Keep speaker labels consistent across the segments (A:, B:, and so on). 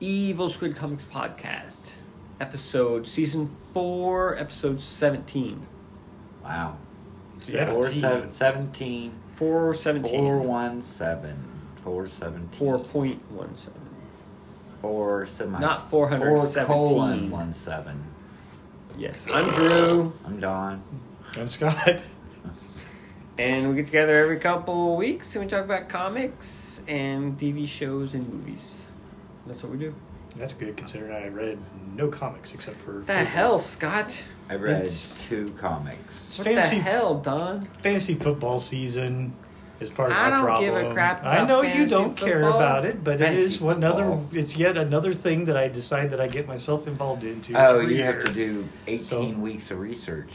A: Evil Squid Comics podcast, episode season four, episode seventeen.
B: Wow. Four,
C: 17.
B: seven, 17.
A: Four seventeen.
B: 417. 417.
A: Four point one seven.
B: Four semi.
A: Not 417.
B: Four colon one seven.
A: Yes, I'm Drew,
B: I'm Don.
C: I'm Scott.
A: and we get together every couple weeks and we talk about comics and TV shows and movies. That's what we do.
C: That's good considering I read no comics except for
A: The hell, Scott?
B: I read
C: It's-
B: two comics.
C: It's
A: What
C: fantasy
A: the hell, Don?
C: fantasy football season is part of
A: I
C: my
A: don't
C: problem.
A: give a crap
C: I
A: about
C: know you
A: fantasy
C: don't care
A: football.
C: about it, but it
B: Fantasy
C: is one other
B: football.
C: it's yet another thing that I decide that I get myself involved into.
B: Oh,
C: every
B: you have
C: year.
B: to do 18
C: So-
B: weeks of research.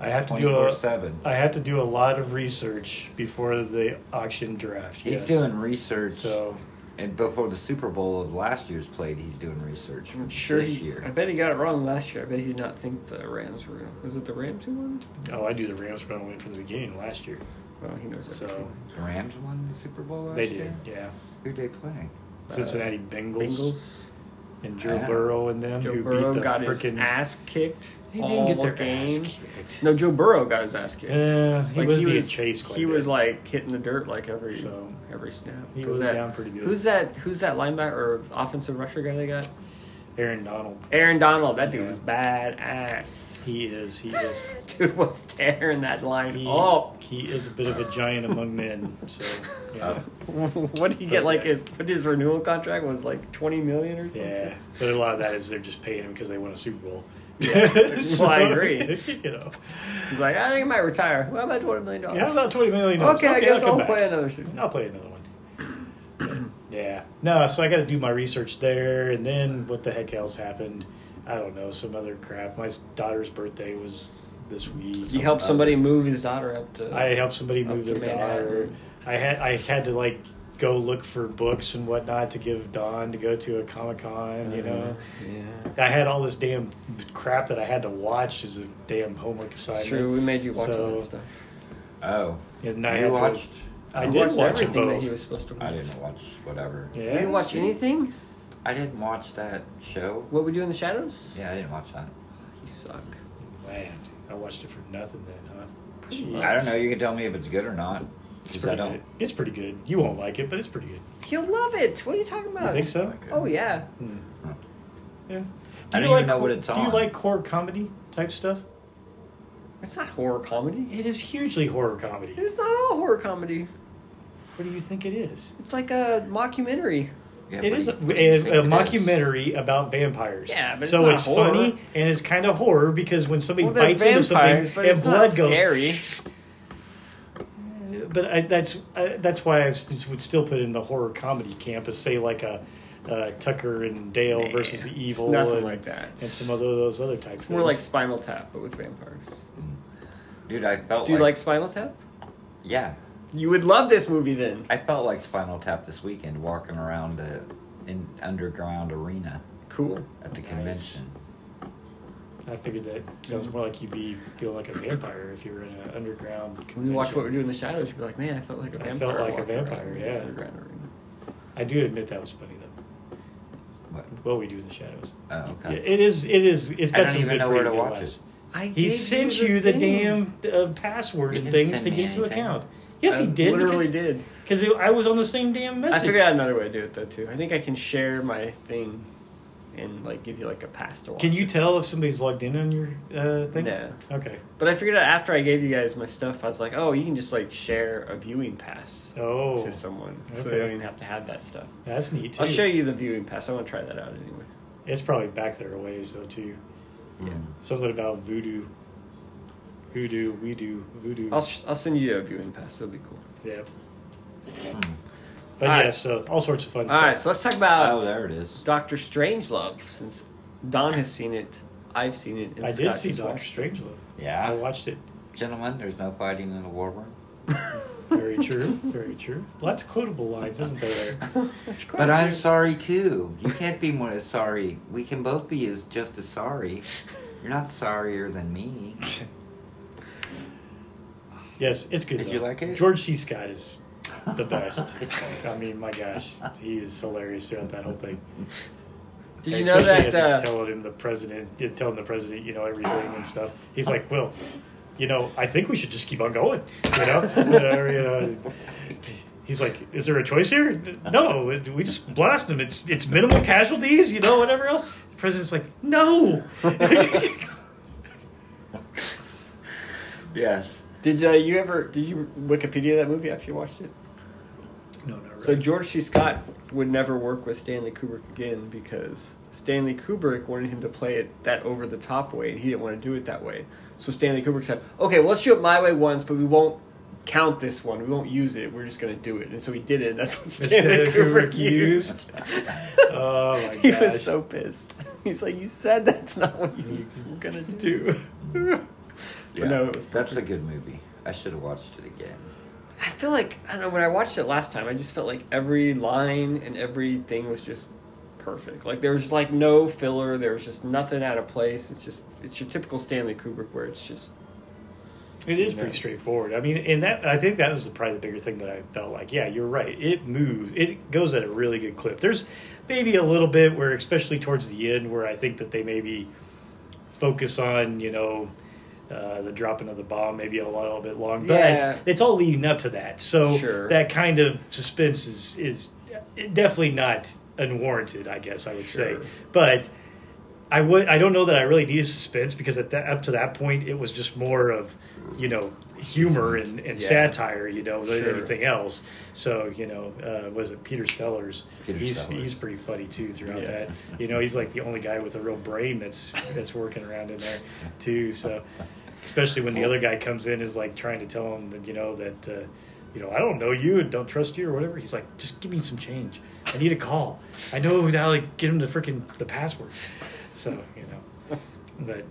C: I have to do a
B: 24 7.
C: I have to do a lot of research before the auction draft.
B: He's
C: yes.
B: doing research.
C: so
B: And before the Super Bowl of last year's played, he's doing research for
A: I'm sure
B: this
A: he.
B: year.
A: I bet he got it wrong last year. I bet he did not think the Rams were. gonna- Was it the Rams who won?
C: oh I do the Rams going to win from the beginning last year.
A: Well, he knows.
C: So
B: The Rams won the Super Bowl last
C: they
B: year?
C: did, yeah.
B: Who they play?
C: Cincinnati
A: Bengals.
C: and Joe
B: Yeah.
C: Burrow and them
A: Joe
C: who
A: Burrow
C: beat the
A: got his
C: freaking.
A: ass kicked.
C: They
A: all
C: didn't get their
A: game.
C: ass kicked.
A: No, Joe Burrow got his ass kicked.
C: Uh, he was being
A: was
C: chased quite
A: He
C: a bit.
A: was like hitting the dirt like every
C: So,
A: every snap.
C: he
A: Who's
C: was
A: that-
C: down pretty good.
A: Who's that? Who's that linebacker or offensive rusher guy they got?
C: Aaron Donald.
A: Aaron Donald. That dude
C: Yeah.
A: was badass.
C: He is. He is.
A: Dude was tearing that line
C: He,
A: up.
C: he is a bit of a giant among men. So
A: Oh.
C: yeah,
A: what did he get? Like, his, what his renewal contract was like twenty million or something.
C: yeah. But a lot of that is they're just paying him because they won a Super Bowl.
A: Well, I agree.
C: You know,
A: He's like, I think I might retire. How about twenty million dollars?
C: yeah, about twenty million.
A: okay, I guess
C: come
A: I'll
C: back.
A: play another season.
C: I'll play another one. yeah. No, so I got to do my research there, and then what the heck else happened? I don't know. Some other crap. My daughter's birthday was this week.
A: He helped somebody move his daughter up to.
C: I helped somebody
A: Up
C: move
A: to
C: their daughter.
A: Manhattan.
C: I had I had to like go look for books and whatnot to give Don to go to a comic con. You know,
A: Uh-huh. Yeah.
C: I had all this damn crap that I had to watch as a damn homework
A: It's
C: assignment.
A: true. We made you watch all
C: So-
A: that stuff.
B: Oh.
C: And I
B: you
C: had
B: watched?
C: To, I
A: You
C: did
A: watched
C: watch it
A: everything
C: both.
A: that he was supposed to
B: I
A: watch.
B: didn't watch whatever.
C: Yeah.
A: You didn't watch
C: See?
A: anything.
B: I didn't watch that show.
A: What we do in the shadows?
B: Yeah, I didn't watch that.
A: He sucked.
C: Man, I watched it for nothing then, huh?
A: Jeez.
B: I don't know. You can tell me if it's good or not.
C: It's
B: 'cause
C: pretty
B: I don't.
C: good. It's pretty good. You won't like it, but it's pretty good.
A: He'll love it. What are you talking about?
C: You think so?
B: like it.
A: Oh yeah.
C: Hmm.
B: Huh.
C: Yeah.
B: I don't
C: you
B: even
C: like
B: know
C: hor-
B: what it's
C: Do you
B: on.
C: like horror comedy type stuff?
A: It's not horror comedy.
C: It is hugely horror comedy.
A: It's not all horror comedy.
C: What do you think it is?
A: It's like a mockumentary.
B: Yeah,
C: it
B: what
C: is a,
B: do you- what do you
C: a,
B: think
C: a
B: it is?
C: mockumentary about vampires.
A: Yeah, but it's
C: so
A: not
C: it's
A: horror.
C: funny and it's kind of horror because when somebody
A: Well, they're
C: bites into something
A: vampires, but
C: and
A: it's not
C: blood goes.
A: scary.
C: Uh, But I, that's I, that's why I s- would still put in the horror comedy camp as say like a uh, Tucker and Dale
A: Nah,
C: versus the
A: it's
C: Evil,
A: nothing
C: and,
A: like that.
C: and some of those other types.
A: It's
C: of
A: more like
C: things.
A: Spinal Tap, but with vampires.
B: Hmm. Dude, I felt
A: Do you like
B: like,
A: Spinal Tap?
B: Yeah,
A: You would love this movie then.
B: I felt like Spinal Tap this weekend, walking around a, an underground arena
A: Cool.
B: at the
C: Nice.
B: convention.
C: I figured that sounds more like you'd be feeling like a vampire if you were in an underground.
A: When you watch
C: convention.
A: what we do in the shadows, you'd be like, man, I felt like a
C: I
A: vampire.
C: felt like a
A: walking around
C: vampire,
A: in the
C: yeah.
A: underground arena.
C: I do admit that was funny though.
B: What?
C: What we do in the shadows.
B: Oh,
C: Yeah,
B: okay.
C: it is. It is. It's
B: I
C: got
B: don't
C: some
B: even
C: good,
B: know where
C: pretty
B: to
C: good
B: watch
C: lives.
B: it.
A: I
C: He
A: gave
C: sent you the
A: thing.
C: damn uh, password
B: He
C: and
B: didn't
C: things
B: send
C: to
B: me
C: get to
B: anything.
C: account. Yes, he
A: I
C: did.
A: Literally
C: because,
A: did.
C: Because it- I was on the same damn
A: I
C: message.
A: figured out another way to do it though too. I think I can share my thing, and like give you like a pass to watch.
C: Can you
A: it.
C: tell if somebody's logged in on your uh, thing?
A: No.
C: Okay.
A: But I figured out after I gave you guys my stuff, I was like, oh, you can just like share a viewing pass
C: Oh,
A: to someone, so they
C: Okay.
A: don't even have to have that stuff.
C: that's neat too.
A: I'll show you the viewing pass. I want to try that out anyway.
C: It's probably back there a ways though too.
B: Mm.
C: Something about voodoo. Hoodoo, we do, voodoo.
A: I'll sh- I'll send you a viewing pass. It'll be cool.
C: yeah.
B: Mm.
C: But
A: All
C: yeah,
A: right.
C: so all sorts of fun
A: All
C: stuff.
A: right, so let's talk
B: Oh,
C: Uh,
A: about
B: there it is.
A: Doctor Strangelove. Since Don has seen it, I've seen it. And
C: I did
A: Scott
C: see
A: has
C: Doctor
A: watched
C: Strangelove. I
B: Yeah,
C: watched it.
B: gentlemen, there's no fighting in the war room.
C: Very true. Very true. Lots of quotable lines, isn't there?
A: it.
B: But I'm sorry too. You can't be more sorry. We can both be as just as sorry. You're not sorrier than me.
C: Yes, it's good.
B: Did
C: though.
B: you like it?
C: George C. Scott is the best. I mean, my gosh, he is hilarious throughout that whole thing.
A: Did you know
C: Especially
A: that?
C: as
A: Uh,
C: he's telling him the president, yeah, telling the president, you know everything and stuff. He's like, well, you know, I think we should just keep on going. You know, you know, you know. He's like, is there a choice here? No, it- we just blast him. It's it's minimal casualties, you know, whatever else. The president's like, no.
B: Yes.
A: did uh, you ever? Did you Wikipedia that movie after you watched it?
C: No, not really.
A: So George C. Scott would never work with Stanley Kubrick again because Stanley Kubrick wanted him to play it that over the top way, and he didn't want to do it that way. So Stanley Kubrick said, "Okay, well, let's do it my way once, but we won't count this one. We won't use it. We're just going to do it." And so he did it. and That's what Stanley
C: Stanley
A: Kubrick,
C: Kubrick
A: used.
C: Oh my
A: He was
C: gosh.
A: so pissed. He's like, "You said that's not what you were going to do."
B: Yeah.
A: But no, it was
B: That's a
A: perfect.
B: good movie. I should have watched it again.
A: I feel like I don't know when I watched it last time. I just felt like every line and everything was just perfect. Like there was just like no filler. There was just nothing out of place. It's just it's your typical Stanley Kubrick where it's just
C: It is
A: Yeah.
C: pretty straightforward. I mean, and that I think that was the, probably the bigger thing that I felt like. Yeah, you're right. It moves. It goes at a really good clip. There's maybe a little bit where, especially towards the end, where I think that they maybe focus on you know uh, the dropping of the bomb maybe a little bit long, but
A: Yeah.
C: it's, it's all leading up to that. So
A: Sure.
C: that kind of suspense is is definitely not unwarranted. I guess I would
A: Sure.
C: say, but. I would. I don't know that I really needed suspense because at that up to that point, it was just more of, you know, humor and, and
A: Yeah.
C: satire, you know, than
A: Sure.
C: anything else. So you know, uh, was it Peter Sellers?
B: Peter
C: he's
B: Sellers.
C: he's pretty funny too throughout
A: Yeah.
C: that. You know, he's like the only guy with a real brain that's that's working around in there too. So especially when the other guy comes in is like trying to tell him that you know that. Uh, you know, I don't know you and don't trust you or whatever. He's like, just give me some change. I need a call. I know how to get him the freaking the password. So you know, but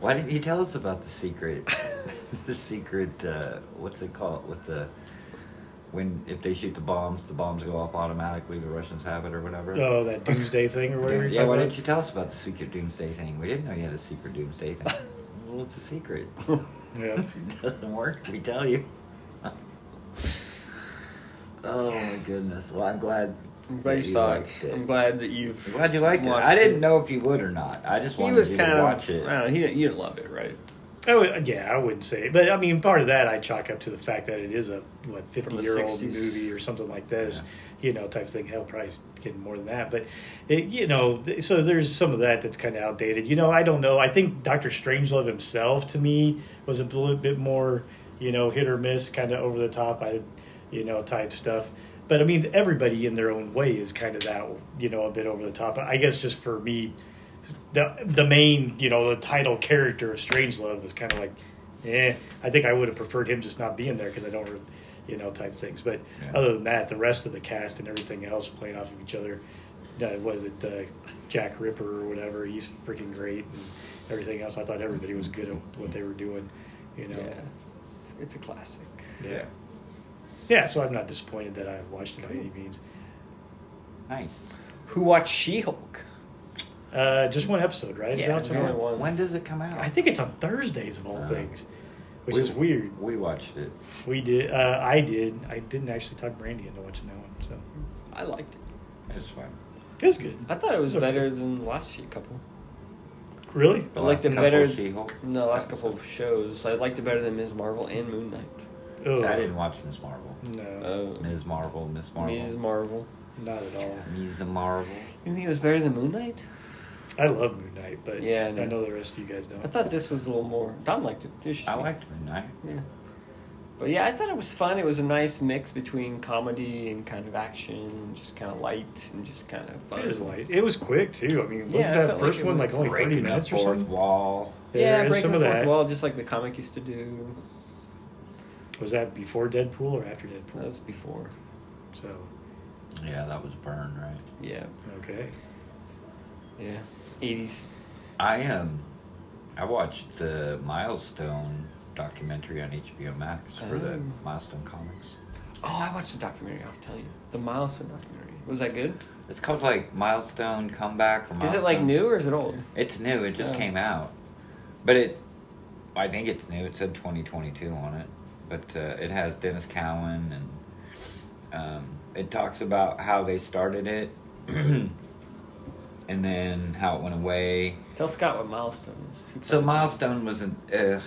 B: Why didn't you tell us about the secret? the secret. Uh, what's it called? With the when if they shoot the bombs, the bombs go off automatically. The Russians have it or whatever.
C: oh, that doomsday thing or
B: Doom-
C: whatever. you're
B: yeah,
C: talking
B: why
C: about.
B: didn't you tell us about the secret doomsday thing? We didn't know you had a secret doomsday thing. well, it's a secret.
C: Yeah.
B: it doesn't work. We tell you. oh my goodness. Well, I'm glad.
A: I'm glad
B: that
A: you saw it.
B: liked
A: I'm glad that you've
B: I'm glad you liked it.
A: watched
B: I didn't know if you would or not. I just
A: He
B: wanted
A: was
B: you
A: kind
B: to
A: of
B: watch it.
A: I don't know, he didn't you didn't love it right
C: I would, yeah, I wouldn't say, but I mean, part of that I chalk up to the fact that it is a what
A: the
C: fifty year old
A: 60s.
C: movie or something like this, you know, type thing. Hell, probably it's getting more than that, but it, you know, th- so there's some of that that's kind of outdated. You know, I don't know. I think Doctor Strangelove himself to me was a little bit more, you know, hit or miss, kind of over the top, I, you know, type stuff. But I mean, everybody in their own way is kind of that, you know, a bit over the top. I guess just for me, the the main you know the title character of Strangelove was kind of like, eh. I think I would have preferred him just not being there because I don't, re- you know, type things. But
B: Yeah.
C: other than that, the rest of the cast and everything else playing off of each other. Uh, was it uh, Jack Ripper or whatever? He's freaking great and everything else. I thought everybody was good at what they were doing, you know.
A: yeah It's- it's a classic
C: Yeah. Yeah, so I'm not disappointed that I watched it by any means.
B: Nice.
A: who watched She Hulk
C: Uh, just one episode, right? Is
A: Yeah,
C: that
A: we only
C: tomorrow?
A: one.
B: When does it come out?
C: I think it's on Thursdays of all
B: Oh.
C: things, which
B: We-
C: is weird.
B: We watched it.
C: We did. Uh, I did. I didn't actually talk Brandy into watching that one, so
A: I liked it
B: It was fun.
C: it was good.
A: I thought it was
C: Okay.
A: better than Oh. the last She couple
C: Really?
A: I
B: The
A: liked
B: last
A: it
B: couple
A: better.
B: of She-Hulk
A: No, last couple
B: episodes.
A: of shows. I liked it better than Ms. Marvel and Moon Knight.
C: Oh,
B: I didn't watch Ms. Marvel.
C: No,
A: Oh,
B: Ms. Marvel, Ms. Marvel.
A: Ms. Marvel.
C: not at all.
B: Ms. Marvel.
A: You think it was better than Moon Knight?
C: I love Moon Knight, but
A: Yeah, I
C: I
A: know.
C: know, the rest of you guys don't.
A: I thought this was a little more. Don liked it. It's just
B: I
A: me.
B: liked Midnight.
A: Yeah. But yeah, I thought it was fun. It was a nice mix between comedy and kind of action, and just kind of light and just kind of fun.
C: it was light. It was quick too. I mean, wasn't
A: Yeah, I felt
C: that
A: like
C: first
A: it
C: one
A: was
C: like only thirty
B: Breaking the
C: minutes or
B: fourth
C: something?
B: wall.
A: Yeah,
C: there is
A: breaking
C: some
A: the
C: of
A: fourth
C: that.
A: wall, just like the comic used to do.
C: Was that before Deadpool or after Deadpool?
A: That was before.
C: So,
B: Yeah, that was Burn, right?
A: Yeah,
C: okay.
A: yeah. Eighties.
B: I um, I watched the Milestone documentary on HBO Max for the
A: Oh.
B: Milestone comics.
A: Oh, I watched the documentary. I'll tell you, the Milestone documentary. Was that good?
B: It's called like Milestone Comeback. Or
A: Is
B: Milestone.
A: it like new or is it old?
B: It's new. It just
A: Oh.
B: came out, but it. I think it's new. It said 2022 on it, but uh, it has Dennis Cowan and Um, it talks about how they started it, and then how it went away.
A: Tell Scott what milestone is. He
B: So
A: plays-
B: milestone was an. Uh,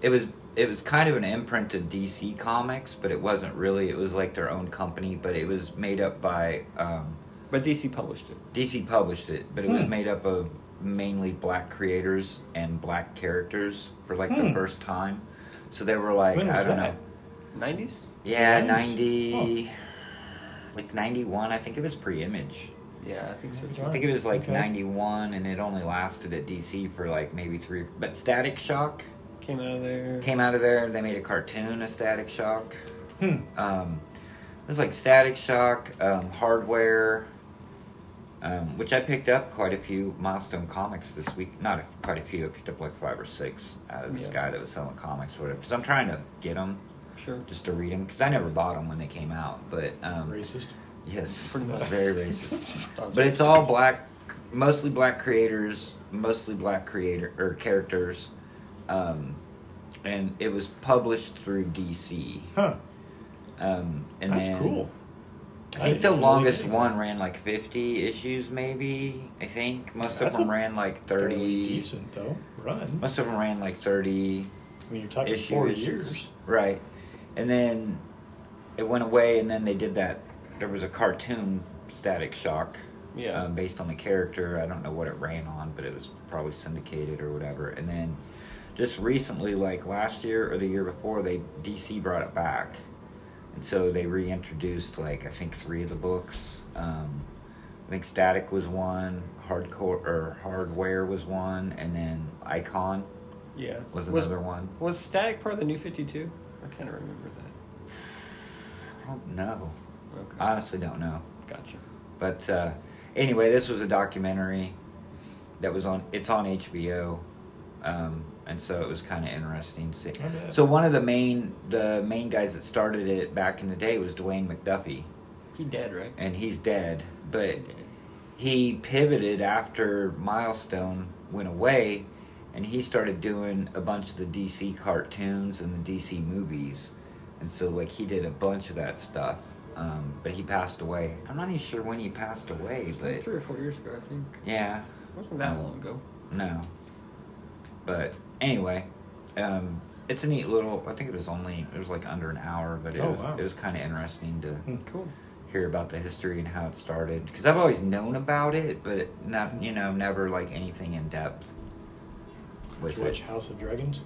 B: it was it was kind of an imprint of DC Comics, but it wasn't really. It was like their own company, but it was made up by um,
A: But DC published it.
B: DC published it, but it was
C: Hmm.
B: made up of mainly black creators and black characters for like the
C: Hmm.
B: first time. So they were like,
C: When
B: I
C: was
B: don't
C: that?
B: know.
A: Nineties.
B: Yeah,
C: Nice.
B: 90. Like 91, I think it was pre image.
A: Yeah, I think so.
C: Maybe
A: Too.
B: I think it was like
C: Okay.
B: 91, and it only lasted at DC for like maybe three. But Static Shock
A: Came out of there.
B: came out of there. They made a cartoon of Static Shock.
C: Hmm.
B: Um, it was like Static Shock, um, Hardware, um, which I picked up quite a few Milestone comics this week. Not a, quite a few. I picked up like five or six out of this
A: Yeah.
B: guy that was selling comics or whatever. Because I'm trying to get them
A: Sure.
B: just to read them. Because I never bought them when they came out. But um,
C: Racist.
B: yes,
A: Pretty much.
B: very racist. but it's all black, mostly black creators, mostly black creator or characters, um, and it was published through DC.
C: Huh.
B: Um, and
C: That's
B: then-
C: cool.
B: I
C: I
B: think
C: didn't
B: the
C: really
B: longest
C: get it.
B: one ran like 50 issues, maybe. I think most
C: That's
B: of them
C: a
B: ran like
C: Fairly
B: 30.
C: decent though. Run.
B: Most of them ran like 30
C: I mean, you're talking
B: issues.
C: four years.
B: Right. And then it went away, and then they did that. There was a cartoon, Static Shock,
A: Yeah.
B: um, based on the character. I don't know what it ran on, but it was probably syndicated or whatever. And then just recently, like last year or the year before, they DC brought it back, and so they reintroduced like I think three of the books. Um, I think Static was one, Hardcore or Hardware was one, and then Icon
A: yeah.
B: was
A: was,
B: another one.
A: Was Static part of the New Fifty Two? I kind of remember that.
B: I don't know.
A: Okay.
B: Honestly, don't know.
A: gotcha.
B: But uh, anyway, this was a documentary that was on. It's on HBO, um, and so it was kind of interesting. To see.
C: I bet.
B: So one of the main the main guys that started it back in the day was Dwayne McDuffie,
A: He dead, right?
B: and he's dead. But
A: He dead.
B: he pivoted after Milestone went away, and he started doing a bunch of the DC cartoons and the DC movies, and so like he did a bunch of that stuff. Um, but he passed away. I'm not even sure when he passed away, but
A: three or four years ago, I think.
B: yeah,
A: wasn't that long ago.
B: no. But anyway, um, it's a neat little. I think it was only it was like under an hour, but it
C: Oh,
B: was
C: wow.
B: it was kind of interesting to
C: Hmm.
A: Cool.
B: hear about the history and how it started because I've always known about it, but not you know never like anything in depth.
C: Did
B: With
C: you watch
B: it.
C: House of Dragons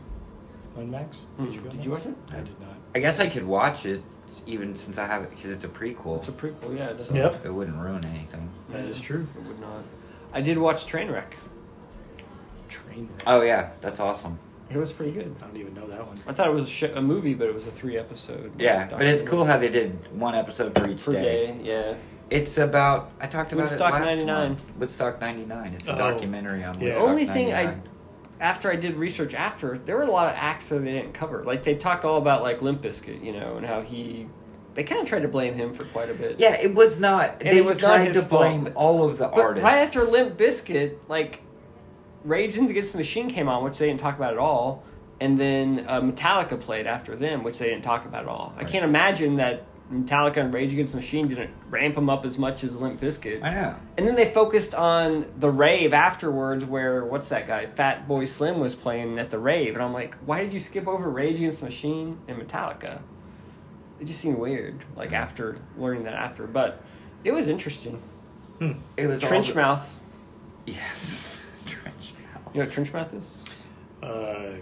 C: on Max?
A: Hmm.
C: go
A: Did
C: on
A: you watch
C: Max?
A: it?
C: I did not.
B: I guess I could watch it s- even since I have it because it's a prequel.
A: It's a prequel. Yeah. It doesn't.
C: Yep.
B: It wouldn't ruin anything.
C: That
A: Yeah,
C: is true.
A: It would not. I did watch Trainwreck.
C: Train wreck.
B: Oh yeah, that's awesome.
A: It was pretty good.
C: I don't even know that one.
A: I thought it was a, sh- a movie, but it was a three episode.
B: Yeah, but it's cool how they did one episode for each
A: per
B: day.
A: day. Yeah.
B: It's about I talked about
A: Woodstock
B: it last
A: 99.
B: month. Woodstock '99. It's a
C: Oh.
B: documentary on
C: Yeah.
B: Woodstock
A: The only thing I,
B: 99.
A: after I did research after, there were a lot of acts that they didn't cover. Like they talked all about like Limp Bizkit, you know, and how he, they kind of tried to blame him for quite a bit.
B: yeah, it was not.
A: And
B: they
A: it was not
B: tried
A: his
B: to blame
A: fault.
B: all of the
A: But
B: artists.
A: right after Limp Bizkit, like Rage Against the Machine came on, which they didn't talk about at all, and then uh, Metallica played after them, which they didn't talk about at all. I
B: Right.
A: can't imagine that Metallica and Rage Against the Machine didn't ramp him up as much as Limp Bizkit.
B: I know.
A: And then they focused on the rave afterwards, where what's that guy, Fat Boy Slim, was playing at the rave, and I'm like, why did you skip over Rage Against the Machine and Metallica? It just seemed weird, like after learning that after, but it was interesting.
B: It was all
A: Trench
B: the-
A: mouth,
B: Yes. Trench mouth.
A: you know what trench mouth is?
C: Uh,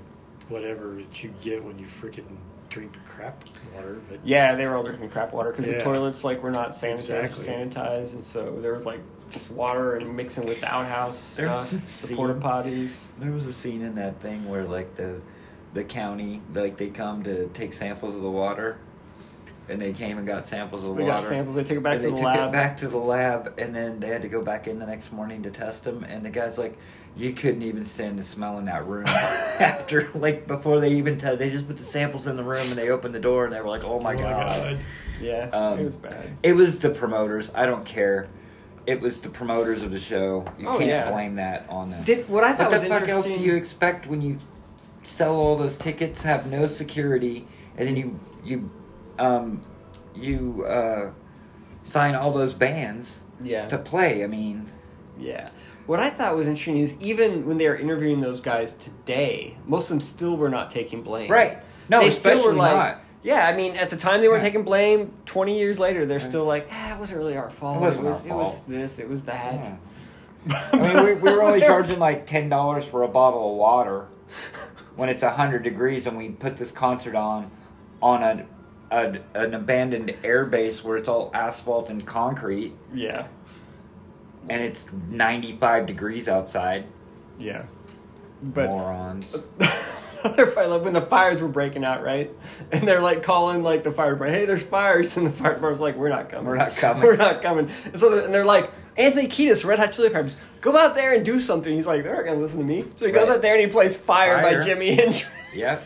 C: whatever that you get when you freaking drink crap water, but
A: Yeah, they were all drinking crap water because the
C: Yeah.
A: toilets like were not sanitized,
C: Exactly.
A: sanitized, and so there was like just water and mixing with the outhouse
B: There was
A: stuff,
B: a
A: the
B: scene.
A: porta potties.
B: There was a scene in that thing where like the the county like they come to take samples of the water and they came and got samples of the
A: They
B: water.
A: got samples. They took it back
B: and
A: to
B: they
A: the
B: took
A: lab.
B: it back to the lab and then they had to go back in the next morning to test them and the guy's like you couldn't even stand the smell in that room after like before they even test they just put the samples in the room and they opened the door and they were like oh my,
C: Oh my
B: god.
C: God.
A: Yeah,
B: Um,
A: it was bad.
B: It was the promoters. I don't care. It was the promoters of the show. You
A: Oh,
B: can't
A: yeah.
B: blame that on them.
A: Did- what I thought
B: what
A: was
B: the fuck else do
A: interesting-
B: you expect when you sell all those tickets, have no security, and then you you um you uh, sign all those bands
A: Yeah.
B: to play. I mean,
A: Yeah. What I thought was interesting is even when they were interviewing those guys today, most of them still were not taking blame.
B: right? No,
A: they
B: especially
A: still were like,
B: not.
A: yeah. I mean, at the time they weren't
B: Yeah.
A: taking blame. Twenty years later, they're
B: Yeah.
A: still like, ah, it wasn't really our fault.
B: It wasn't
A: was,
B: our
A: it was
B: fault."
A: this. It was that.
B: Yeah. I mean, we, we were only
A: There was-
B: charging like ten dollars for a bottle of water when it's hundred degrees, and we put this concert on on a, a an abandoned air base where it's all asphalt and concrete,
A: Yeah.
B: and it's ninety five degrees outside.
A: Yeah. But
B: Morons.
A: They're fi- like when the fires were breaking out, right? And they're like calling like the fire department, "Hey, there's fires!" And the fire department's like, "We're not coming.
B: We're not coming."
A: We're not coming." And so they're, and they're like, "Anthony Kiedis, Red Hot Chili Peppers, go out there and do something." He's like, "They're not gonna listen to me." So he goes
B: Right.
A: out there and he plays "Fire"
B: Fire.
A: by Jimi Hendrix.
B: Yep.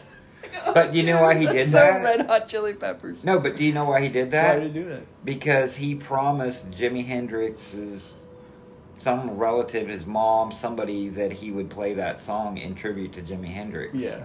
B: But you know why he
A: That's
B: did
A: so
B: that?
A: Red Hot Chili Peppers.
B: No, but do you know why he did
A: Why
B: that?
A: did he do that?
B: because he promised Jimi Hendrix's some relative, his mom, somebody that he would play that song in tribute to Jimi Hendrix.
A: Yeah.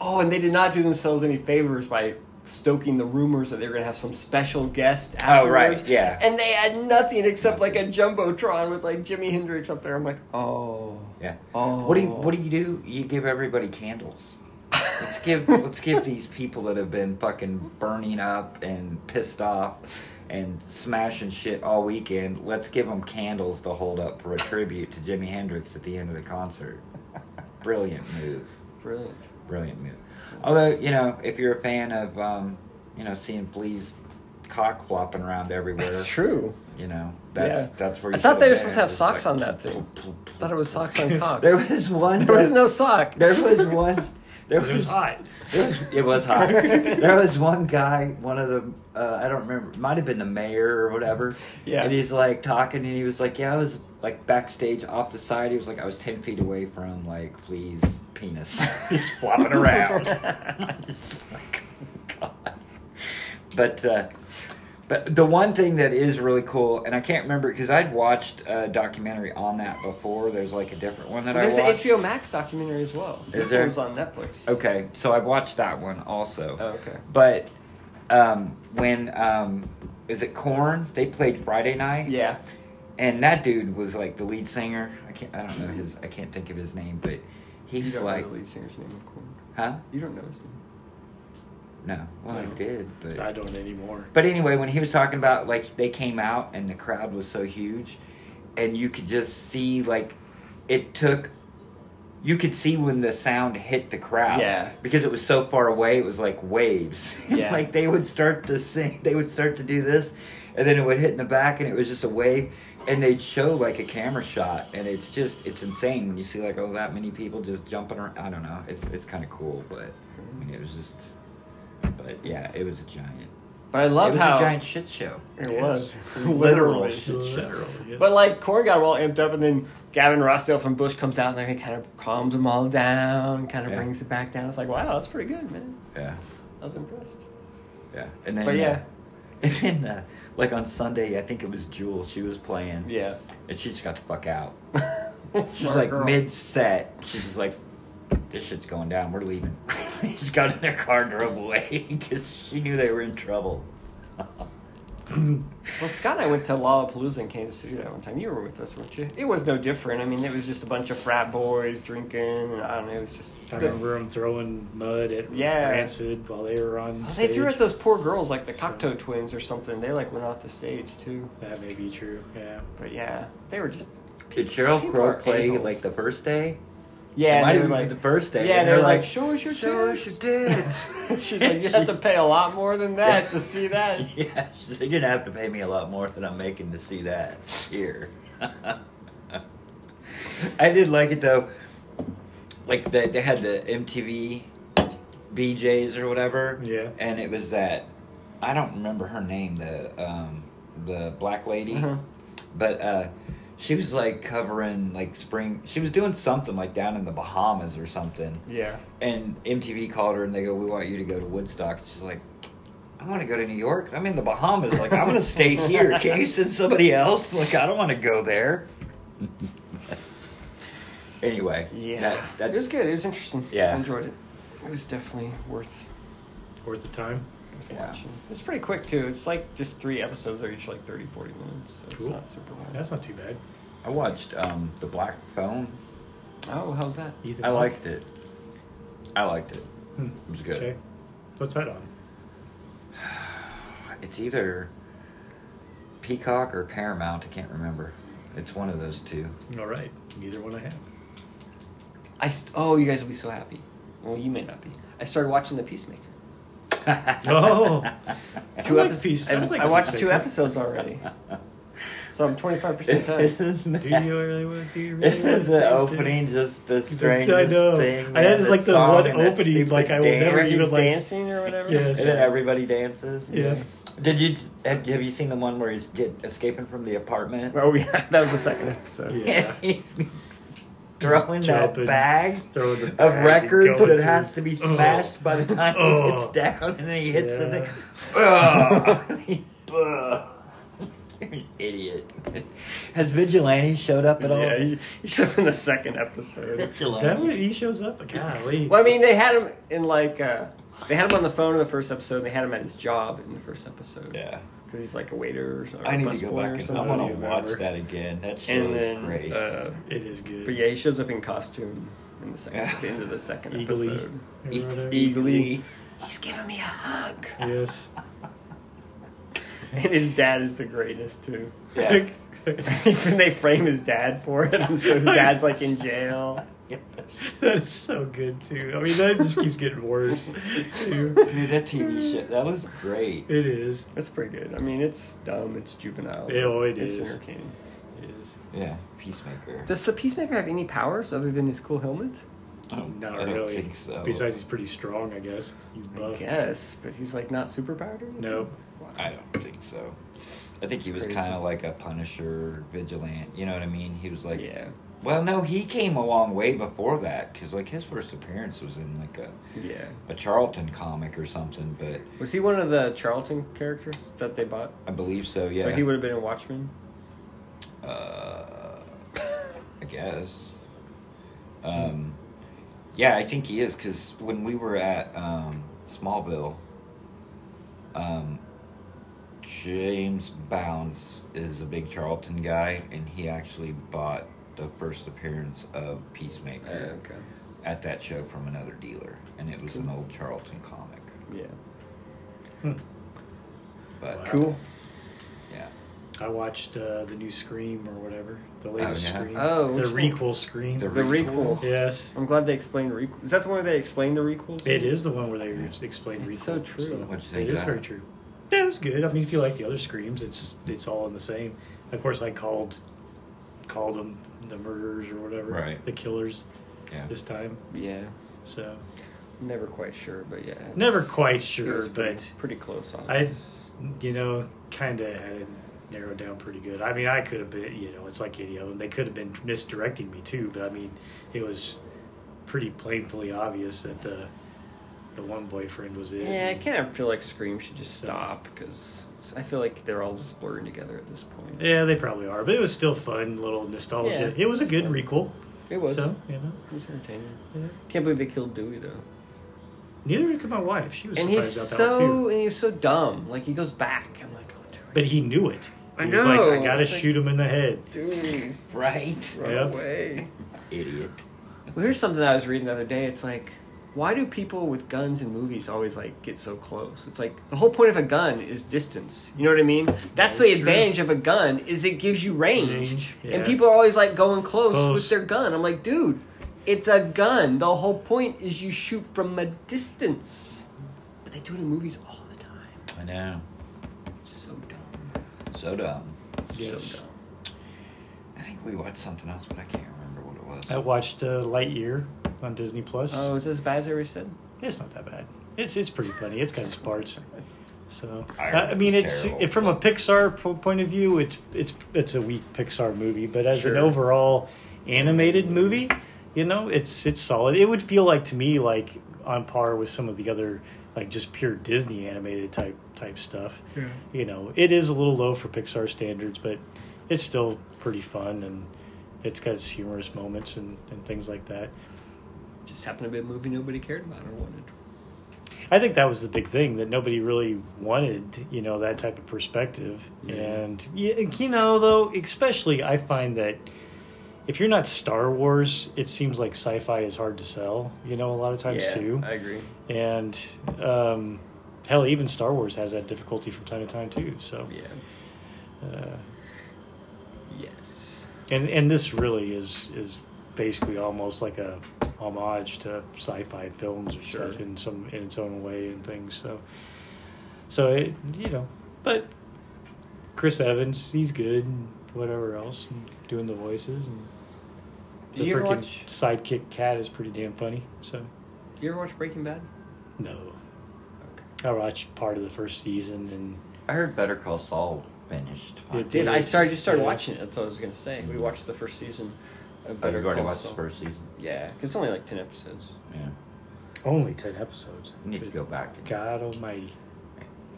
A: Oh, and they did not do themselves any favors by stoking the rumors that they were going to have some special guest
B: Oh, right,
A: afterwards.
B: yeah.
A: And they had nothing except like a jumbotron with like Jimi Hendrix up there. I'm like, oh.
B: Yeah.
A: Oh.
B: What do you What do you do? You give everybody candles. Let's give Let's give these people that have been fucking burning up and pissed off and smashing shit all weekend. Let's give them candles to hold up for a tribute to Jimi Hendrix at the end of the concert. Brilliant move.
A: Brilliant.
B: Brilliant move. Although you know, if you're a fan of um, you know seeing fleas cock flopping around everywhere,
A: That's true.
B: you know that's
A: Yeah.
B: that's where
A: I
B: you
A: thought
B: should've
A: they were
B: been.
A: supposed to have
B: It's
A: socks
B: like-
A: on that thing. thought it was socks on cocks.
B: There was one.
A: There was
B: that-
A: no sock.
B: There was one. There
C: It was hot.
B: It was, it was hot. there was one guy, one of the, uh, I don't remember, it might have been the mayor or whatever.
A: Yeah.
B: And he's like talking and he was like, yeah, I was like backstage off the side. He was like, I was 10 feet away from like Flea's penis. he's flopping around. It's like, oh, God. But, uh, but the one thing that is really cool, and I can't remember because I'd watched a documentary on that before. There's like a different one that
A: There's the
B: I watched.
A: HBO Max documentary as well. this
B: there?
A: one's on Netflix.
B: Okay, so I watched that one also.
A: Oh, okay.
B: But um, when um, is it Corn? They played Friday night.
A: Yeah.
B: And that dude was like the lead singer. I can't. I don't know his. I can't think of his name, but
A: You
B: he's
A: don't know
B: like,
A: the lead singer's name, of course.
B: huh?
A: You don't know his name.
B: No. Well, I
C: No.
B: did, but
C: I don't anymore.
B: But anyway, when he was talking about like they came out and the crowd was so huge, and you could just see like it took. You could see when the sound hit the crowd.
A: Yeah.
B: Because it was so far away, it was like waves.
A: Yeah.
B: like they would start to sing, they would start to do this, and then it would hit in the back, and it was just a wave. And they'd show like a camera shot, and it's just it's insane when you see like oh that many people just jumping around. I don't know, it's it's kind of cool, but I mean, it was just. But yeah, it was a giant.
A: But I love
B: It was
A: how
B: a giant shit show.
A: it was
C: Literal
A: literally.
C: shit show. yes.
A: But like Corn got all amped up, and then Gavin Rossdale from Bush comes out, and then he kind of calms them all down, kind of
B: Yeah.
A: brings it back down. It's like, wow, that's pretty good, man.
B: Yeah,
A: I was impressed.
B: yeah. And then,
A: But yeah.
B: uh, and then uh, like on Sunday, I think it was Jewel. She was playing.
A: Yeah.
B: and she just got the fuck out.
A: She's
B: She was like mid set. She's just like, this shit's going down. We're leaving. she just got in their car and drove away because she knew they were in trouble.
A: Well, Scott and I went to Lollapalooza in Kansas City that one time. You were with us, weren't you? It was no different. I mean, it was just a bunch of frat boys drinking, and I don't know. It was just.
C: I
A: the-
C: remember them throwing mud at
A: Yeah.
C: Rancid while they were on
A: Oh,
C: stage.
A: they threw at those poor girls, like the Cocteau twins or something. They like went off the stage too.
C: That may be true. Yeah.
A: But yeah, they were just.
B: Did Cheryl
A: People
B: Crow
A: are
B: play
A: a-holes.
B: like the first day?
A: Yeah,
B: it might
A: they
B: have
A: were
B: been
A: like
B: the first day.
A: Yeah,
B: and
A: they were
B: they're
A: like, show us your
B: show us
A: tits."
B: your tits.
A: She's like, you have to pay a lot more than that to see that.
B: Yeah, she's like, you're gonna have to pay me a lot more than I'm making to see that here. I did like it though. Like they they had the MTV BJs or whatever.
C: Yeah.
B: And it was that I don't remember her name, the um the black lady.
A: Uh-huh.
B: But uh she was like covering like spring she was doing something like down in the Bahamas or something.
A: Yeah.
B: And MTV called her and they go, "We want you to go to Woodstock." She's like, "I want to go to New York. I'm in the Bahamas. Like, I'm gonna stay here. Can you send somebody else? Like, I don't want to go there." anyway,
A: Yeah.
B: that, that
A: it was good. It was interesting.
B: Yeah.
A: I enjoyed it. It was definitely worth
C: Worth the time.
A: worth
B: Yeah.
A: watching. It's pretty quick too. It's like just three episodes. They're each like 30, 40 minutes. So
C: Cool.
A: It's not super long.
C: That's not too bad.
B: I watched um, The Black Phone.
A: oh, how's that?
C: Ethan
B: I
C: Hawke?
B: liked it. I liked it.
C: Hmm.
B: It was good.
C: Okay. What's that on?
B: It's either Peacock or Paramount. I can't remember. It's one of those two.
C: All right. Neither one I have.
A: I st- oh, you guys will be so happy. Well, you may not be. I started watching The Peacemaker.
C: Oh.
A: Two
C: like
A: episodes.
C: Peace-
A: I,
C: I like
A: I watched two
C: Peacemaker.
A: episodes already, so I'm twenty five percent done.
C: Do you really want? Do you really want
B: Isn't the
C: taste it?
B: opening just the
C: I
B: strangest
C: know.
B: thing?
C: I- that is
B: The
C: like the
B: song
C: one
B: and that
C: opening,
B: stupid
C: like, I will
B: dance.
C: never
A: Where he's
C: even, like-
A: dancing or whatever.
C: Yes.
B: And then everybody dances.
C: Yeah.
B: Did you have, have you seen the one where he's get escaping from the apartment?
A: Oh yeah, that was the second episode.
C: Yeah.
B: he's throwing that
C: jumping,
B: bag
C: throwing the
B: of
C: bag,
B: records
C: going
B: that has to
C: through.
B: be
C: Oh.
B: smashed by the time he
C: Oh.
B: gets down, and then he hits the
C: Yeah.
B: thing. Ugh. Ugh. You're an idiot. Has Vigilante showed up at all?
A: Yeah, you, you should have been the second episode.
C: Is that
B: Vigilante.
C: when he shows up? Golly.
A: Well, I mean, they had him in like uh, they had him on the phone in the first episode. and They had him at his job in the first episode.
B: Yeah.
A: because he's like a waiter or, so- or
B: I need to
A: busboy
B: go
A: or
B: back and I
A: something.
C: I
B: want
C: don't
B: to
C: even
B: watch
C: remember.
B: that again. That show
A: And
B: is
A: then,
B: great.
A: uh,
C: It is good.
A: but yeah, he shows up in costume in the second,
B: Yeah.
A: at the end of the second
C: Eagly.
A: episode.
C: or
B: E-
C: whatever.
A: Eagly, he's giving me a hug,
C: Yes.
A: and his dad is the greatest too.
B: Yeah.
A: Even they frame his dad for it, and so his dad's like in jail.
C: that is so good too. I mean, that just keeps getting worse. too.
B: Dude, that TV show that was great.
C: It is.
A: That's pretty good. I mean, it's dumb, it's juvenile.
C: Yeah, well, it
A: it's
C: is.
A: entertaining.
C: It is.
B: Yeah, Peacemaker.
A: Does the Peacemaker have any powers other than his cool helmet?
B: I don't,
C: Not
B: Oh, I don't
C: really.
B: think so.
C: Besides, he's pretty strong. I guess he's buff.
A: I guess, but he's like not super powered. or anything?
C: No.
A: Wow.
B: I don't think so. I think he
A: It's
B: was
A: crazy.
B: kind of like a Punisher vigilante. You know what I mean? He was like,
A: yeah,
B: well, no, he came a long way before that because like his first appearance was in like a,
A: yeah.
B: a Charlton comic or something, but
A: Was he one of the Charlton characters that they bought?
B: I believe so. Yeah.
A: So he would have been in Watchmen.
B: Uh, I guess. Um, yeah, I think he is because when we were at um, Smallville, um, James Bounce is a big Charlton guy, and he actually bought the first appearance of
A: Uh,
B: Peacemaker
A: okay.
B: at that show from another dealer, and it was an old Charlton comic.
A: Yeah.
C: Hmm.
B: But
C: Wow.
A: Cool.
B: yeah,
C: I watched uh, the new Scream or whatever, the latest
B: yeah?
C: Scream,
A: Oh,
C: the
A: which
C: requel
A: one?
C: Scream.
A: The requel.
C: yes,
A: I'm glad they explained the requel. Is that the one where they explain the requels?
C: it is the one where they re- explain
A: It's
C: requel.
A: so true.
B: What'd you think
C: it
B: of
C: is
B: that?
C: very true. Yeah, it was good. I mean, if you like the other Screams, it's it's all in the same. Of course, I called called them the murderers or whatever,
B: Right.
C: The killers
B: yeah.
C: this time.
A: Yeah.
C: So
A: Never quite sure, but yeah. it's-
C: never quite
A: it
C: sure,
A: was pretty,
C: but
A: pretty close on.
C: I,
A: it.
C: you know, kind of had it narrowed down pretty good. I mean, I could have been, you know, it's like any of them. They could have been misdirecting me too, but I mean, it was pretty plainfully obvious that the the one boyfriend was it.
A: Yeah, I
C: And-
A: kind of feel like Scream should just stop because I feel like they're all just blurring together at this point.
C: Yeah, they probably are, but it was still fun, little nostalgia.
A: Yeah,
C: it was a
A: it's
C: good
A: fun.
C: requel.
A: It was.
C: So, you know,
A: It was entertaining.
C: yeah.
A: Can't believe they killed Dewey though.
C: neither could my wife. She was
A: And he's
C: surprised about that one
A: so
C: too.
A: and he's so dumb. Like he goes back. I'm like, oh, Dewey.
C: But he knew it. He
A: I
C: was like,
A: know.
C: I gotta
A: It's like-
C: shoot him in the head.
A: Dewey,
B: Right,
A: run
C: Yep.
A: away.
B: idiot.
A: Well, here's something that I was reading the other day. It's like, why do people with guns in movies always like get so close? It's like the whole point of a gun is distance. You know what I mean? That's,
C: That's
A: the
C: true.
A: advantage of a gun is it gives you range.
C: Range, yeah.
A: And people are always like going close,
C: Close.
A: with their gun. I'm like, dude, it's a gun. The whole point is you shoot from a distance. But they do it in movies all the time.
B: I know.
A: So dumb.
B: So dumb.
C: Yes.
A: So dumb.
B: I think we watched something else, but I can't remember what it was.
C: I watched uh, Lightyear on Disney Plus.
A: Oh, is this as bad as I already said?
C: It's not that bad. It's it's pretty funny. It's got its parts. So
B: I
C: I,
B: heard
C: I mean,
B: it was
C: it's
B: terrible.
C: if from a Pixar po- point of view, it's it's it's a weak Pixar movie. But as
A: Sure.
C: an overall animated movie, you know, it's it's solid. It would feel like to me like on par with some of the other like just pure Disney animated type type stuff.
A: Yeah.
C: You know, it is a little low for Pixar standards, but it's still pretty fun and it's got its humorous moments and, and things like that.
A: Just happened to be a movie nobody cared about or wanted.
C: I think that was the big thing that nobody really wanted, you know, that type of perspective. And y- you know, though, especially I find that if you're not Star Wars, it seems like sci-fi is hard to sell, you know, a lot of times
A: yeah,
C: too.
A: I agree.
C: and um, hell, even Star Wars has that difficulty from time to time too. So,
A: Yeah.
C: uh,
A: Yes.
C: and and this really is is basically almost like a homage to sci-fi films or
A: Sure.
C: stuff in some in its own way and things. So, so it you know, but Chris Evans, he's good. And whatever else, and doing the voices and
A: Do
C: the
A: you ever
C: freaking
A: watch?
C: sidekick cat is pretty damn funny. So,
A: Do you ever watch Breaking Bad?
C: no,
A: Okay.
C: I watched part of the first season and.
B: I heard Better Call Saul finished.
C: Yeah,
B: finally.
A: Uh, Dude, I
C: Yes.
A: started just started
C: Yeah.
A: watching it. That's what I was gonna say. We watched the first season. Of
B: Oh, you already
A: Call
B: watched the
A: Saul.
B: first season.
A: Yeah, 'cause it's only like ten episodes.
B: Yeah.
C: Only ten episodes.
B: We need to go back. and-
C: God Almighty.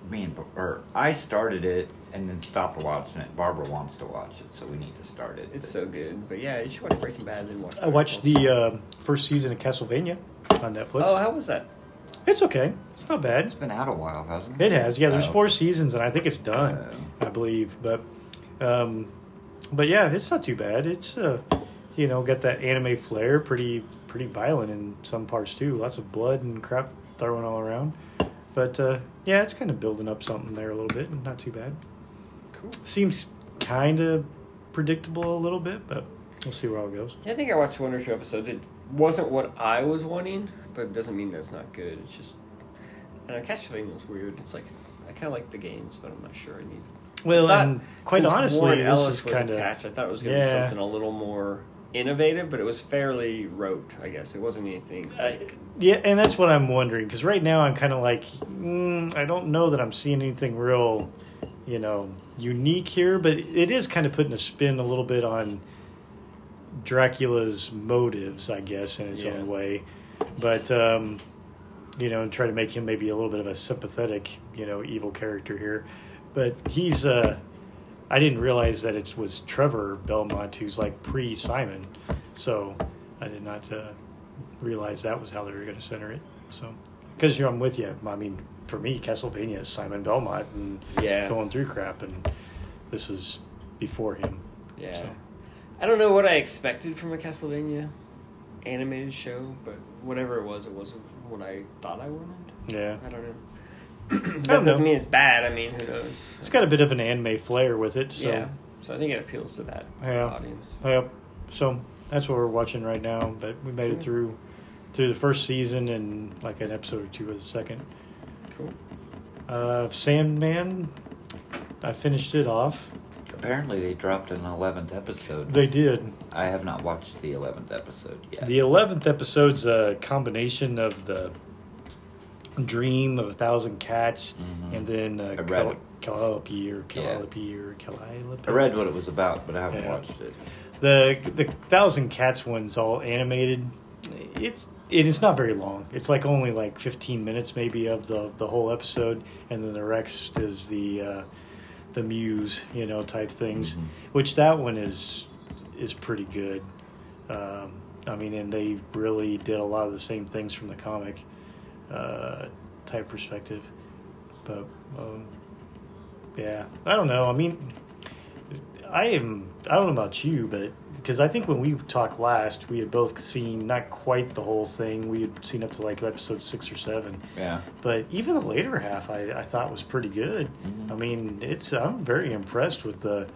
B: Me and or I started it and then stopped watching it. Barbara wants to watch it, so we need to start it.
A: It's so good. But yeah, you should watch Breaking Bad and then watch.
C: I
A: Better
C: watched
A: Call Saul.
C: the uh, first season of Castlevania on Netflix.
A: Oh, how was that?
C: it's okay. It's not bad.
B: It's been out a while, hasn't it?
C: It has. Yeah, there's
B: Oh.
C: four seasons, and I think it's done.
B: Oh.
C: I believe, but, um, but yeah, it's not too bad. It's uh, you know, got that anime flair. Pretty pretty violent in some parts too. Lots of blood and crap throwing all around. But uh, yeah, it's kind of building up something there a little bit. and Not too bad.
A: Cool.
C: Seems kind of predictable a little bit, but we'll see where all it goes.
A: Yeah, I think I watched one or two episodes. It wasn't what I was wanting, but it doesn't mean that's not good. It's just, I don't know Castlevania's weird. It's like I kind of like the games, but I'm not sure I need.
C: Well,
A: I thought-
C: and quite
A: since
C: honestly,
A: Warren
C: this
A: Ellis
C: is
A: was
C: kind of
A: attached, I thought it was going to be
C: Yeah.
A: something a little more innovative, but it was fairly rote. I guess it wasn't anything. like-
C: yeah, and that's what I'm wondering because right now I'm kind of like mm, I don't know that I'm seeing anything real, you know, unique here, but it is kind of putting a spin a little bit on Dracula's motives, I guess, in its
A: Yeah.
C: own way, but um, you know, and try to make him maybe a little bit of a sympathetic, you know, evil character here, but he's uh. I didn't realize that it was Trevor Belmont who's like pre Simon, so I did not uh, realize that was how they were going to center it. So, because you're, I'm with you. I mean, for me, Castlevania is Simon Belmont and
A: Yeah.
C: going through crap, and this is before him.
A: yeah,
C: so.
A: I don't know what I expected from a Castlevania animated show, but whatever it was, it wasn't what I thought I wanted.
C: Yeah,
A: I don't know.
C: I
A: that
C: don't
A: doesn't
C: know.
A: mean it's bad. I mean, who knows?
C: it's got a bit of an anime flair with it. So,
A: Yeah. So I think it appeals to that
C: Yeah.
A: audience.
C: Yep. So that's what we're watching right now. But we made
A: Cool.
C: it through through the first season and like an episode or two of the second.
A: Cool.
C: Uh, Sandman, I finished it off.
B: Apparently, they dropped an eleventh episode.
C: They did.
B: I have not watched the eleventh episode yet.
C: The eleventh episode's a combination of the dream of a thousand cats
B: Mhm.
C: and then uh,
B: I read
C: Cal-
B: it.
C: Calliope or
B: Yeah.
C: Calliope or Calliope.
B: I read what it was about, but I haven't
C: Yeah.
B: watched it.
C: the the thousand cats one's all animated. It's and it's not very long. It's like only like fifteen minutes maybe of the the whole episode, and then the rest is the uh, the muse you know type things,
B: Mhm.
C: which that one is is pretty good. Um, I mean, and they really did a lot of the same things from the comic uh, type perspective, but um, yeah, I don't know. I mean, I am. I don't know about you, but because I think when we talked last, we had both seen not quite the whole thing. We had seen up to like episode six or seven,
B: Yeah.
C: but even the later half, I, I thought was pretty good.
B: Mhm.
C: I mean, it's. I'm very impressed with the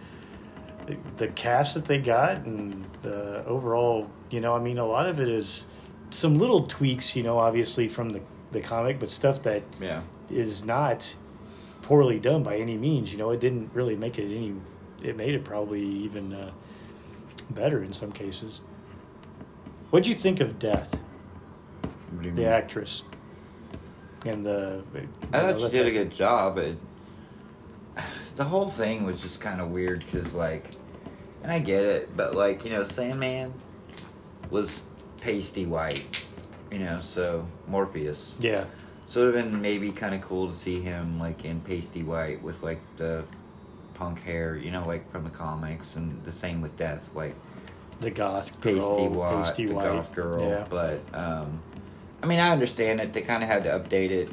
C: the cast that they got and the overall. You know, I mean, a lot of it is some little tweaks. You know, obviously from the the comic, but stuff that
B: Yeah.
C: is not poorly done by any means. You know, it didn't really make it any. It made it probably even uh, better in some cases. What'd you think of Death,
B: What do you
C: the
B: mean?
C: actress, Oh, and the?
B: I
C: uh, you know,
B: thought she did a
C: that type of-
B: good job. It, the whole thing was just kind of weird because, like, and I get it, but like, you know, Sandman was pasty white, you know, so Morpheus.
C: Yeah,
B: So it would have been maybe kind of cool to see him like in pasty white with like the punk hair, you know, like from the comics, and the same with Death, like
C: the goth girl,
B: pasty white,
C: pasty
B: the
C: white
B: goth girl.
C: Yeah,
B: But um, I mean, I understand it. They kind of had to update it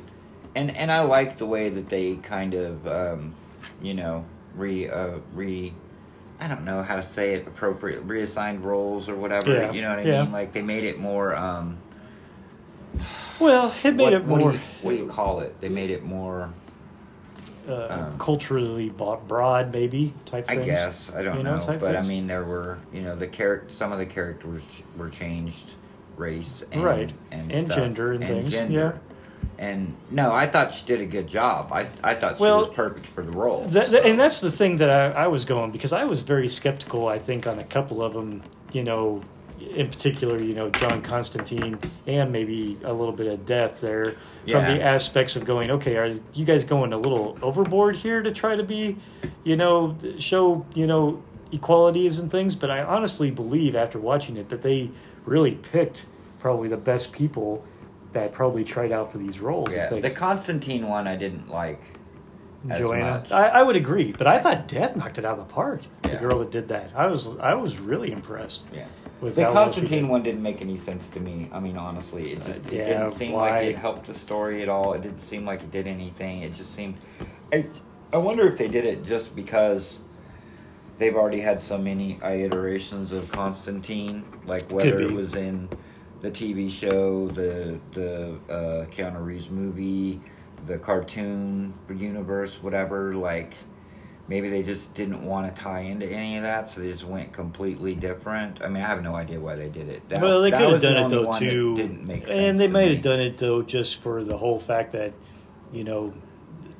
B: and and I like the way that they kind of um, you know re uh, re I don't know how to say it appropriate reassigned roles or whatever
C: Yeah.
B: you know what I
C: Yeah.
B: mean like they made it more um,
C: Well, it made
B: what,
C: it
B: what do
C: more
B: you, what do you call it they made it more
C: uh,
B: um,
C: culturally bo- broad, maybe type
B: I
C: things.
B: guess I don't
C: you know,
B: know,
C: type
B: but
C: things.
B: I mean there were you know the character some of the characters were changed, race and
C: Right.
B: and,
C: And
B: stuff,
C: gender and things,
B: gender. And no, I thought she did a good job. I I thought she
C: Well,
B: was perfect for the role.
C: That, that-
B: so.
C: and that's the thing that I, I was going because I was very skeptical. I think on a couple of them, you know, in particular, you know, John Constantine and maybe a little bit of death there from
B: Yeah.
C: the aspects of going, okay, are you guys going a little overboard here to try to be, you know, show you know equalities and things? But I honestly believe after watching it that they really picked probably the best people that probably tried out for these roles.
B: yeah,
C: and
B: the
C: things.
B: Constantine one I didn't like. as
C: Joanna.
B: much.
C: I, I would agree, but I thought Death knocked it out of the park. The
B: Yeah.
C: girl that did that, I was I was really impressed.
B: yeah.
C: With
B: the
C: how well she
B: Constantine
C: did.
B: one didn't make any sense to me. I mean, honestly, it just it
C: yeah,
B: didn't seem
C: why?
B: like it helped the story at all. It didn't seem like it did anything. It just seemed. I I wonder if they did it just because they've already had so many iterations of Constantine, like whether
C: Could
B: it
C: be.
B: was in the TV show, the the uh, Keanu Reeves movie, the cartoon universe, whatever. Like maybe they just didn't want to tie into any of that, so they just went completely different. I mean, I have no idea why they did it. That,
C: well, they
B: that
C: could have
B: was the
C: done it
B: only
C: though
B: one that
C: too,
B: Didn't make sense
C: and they
B: to
C: might
B: me.
C: have done it though just for the whole fact that you know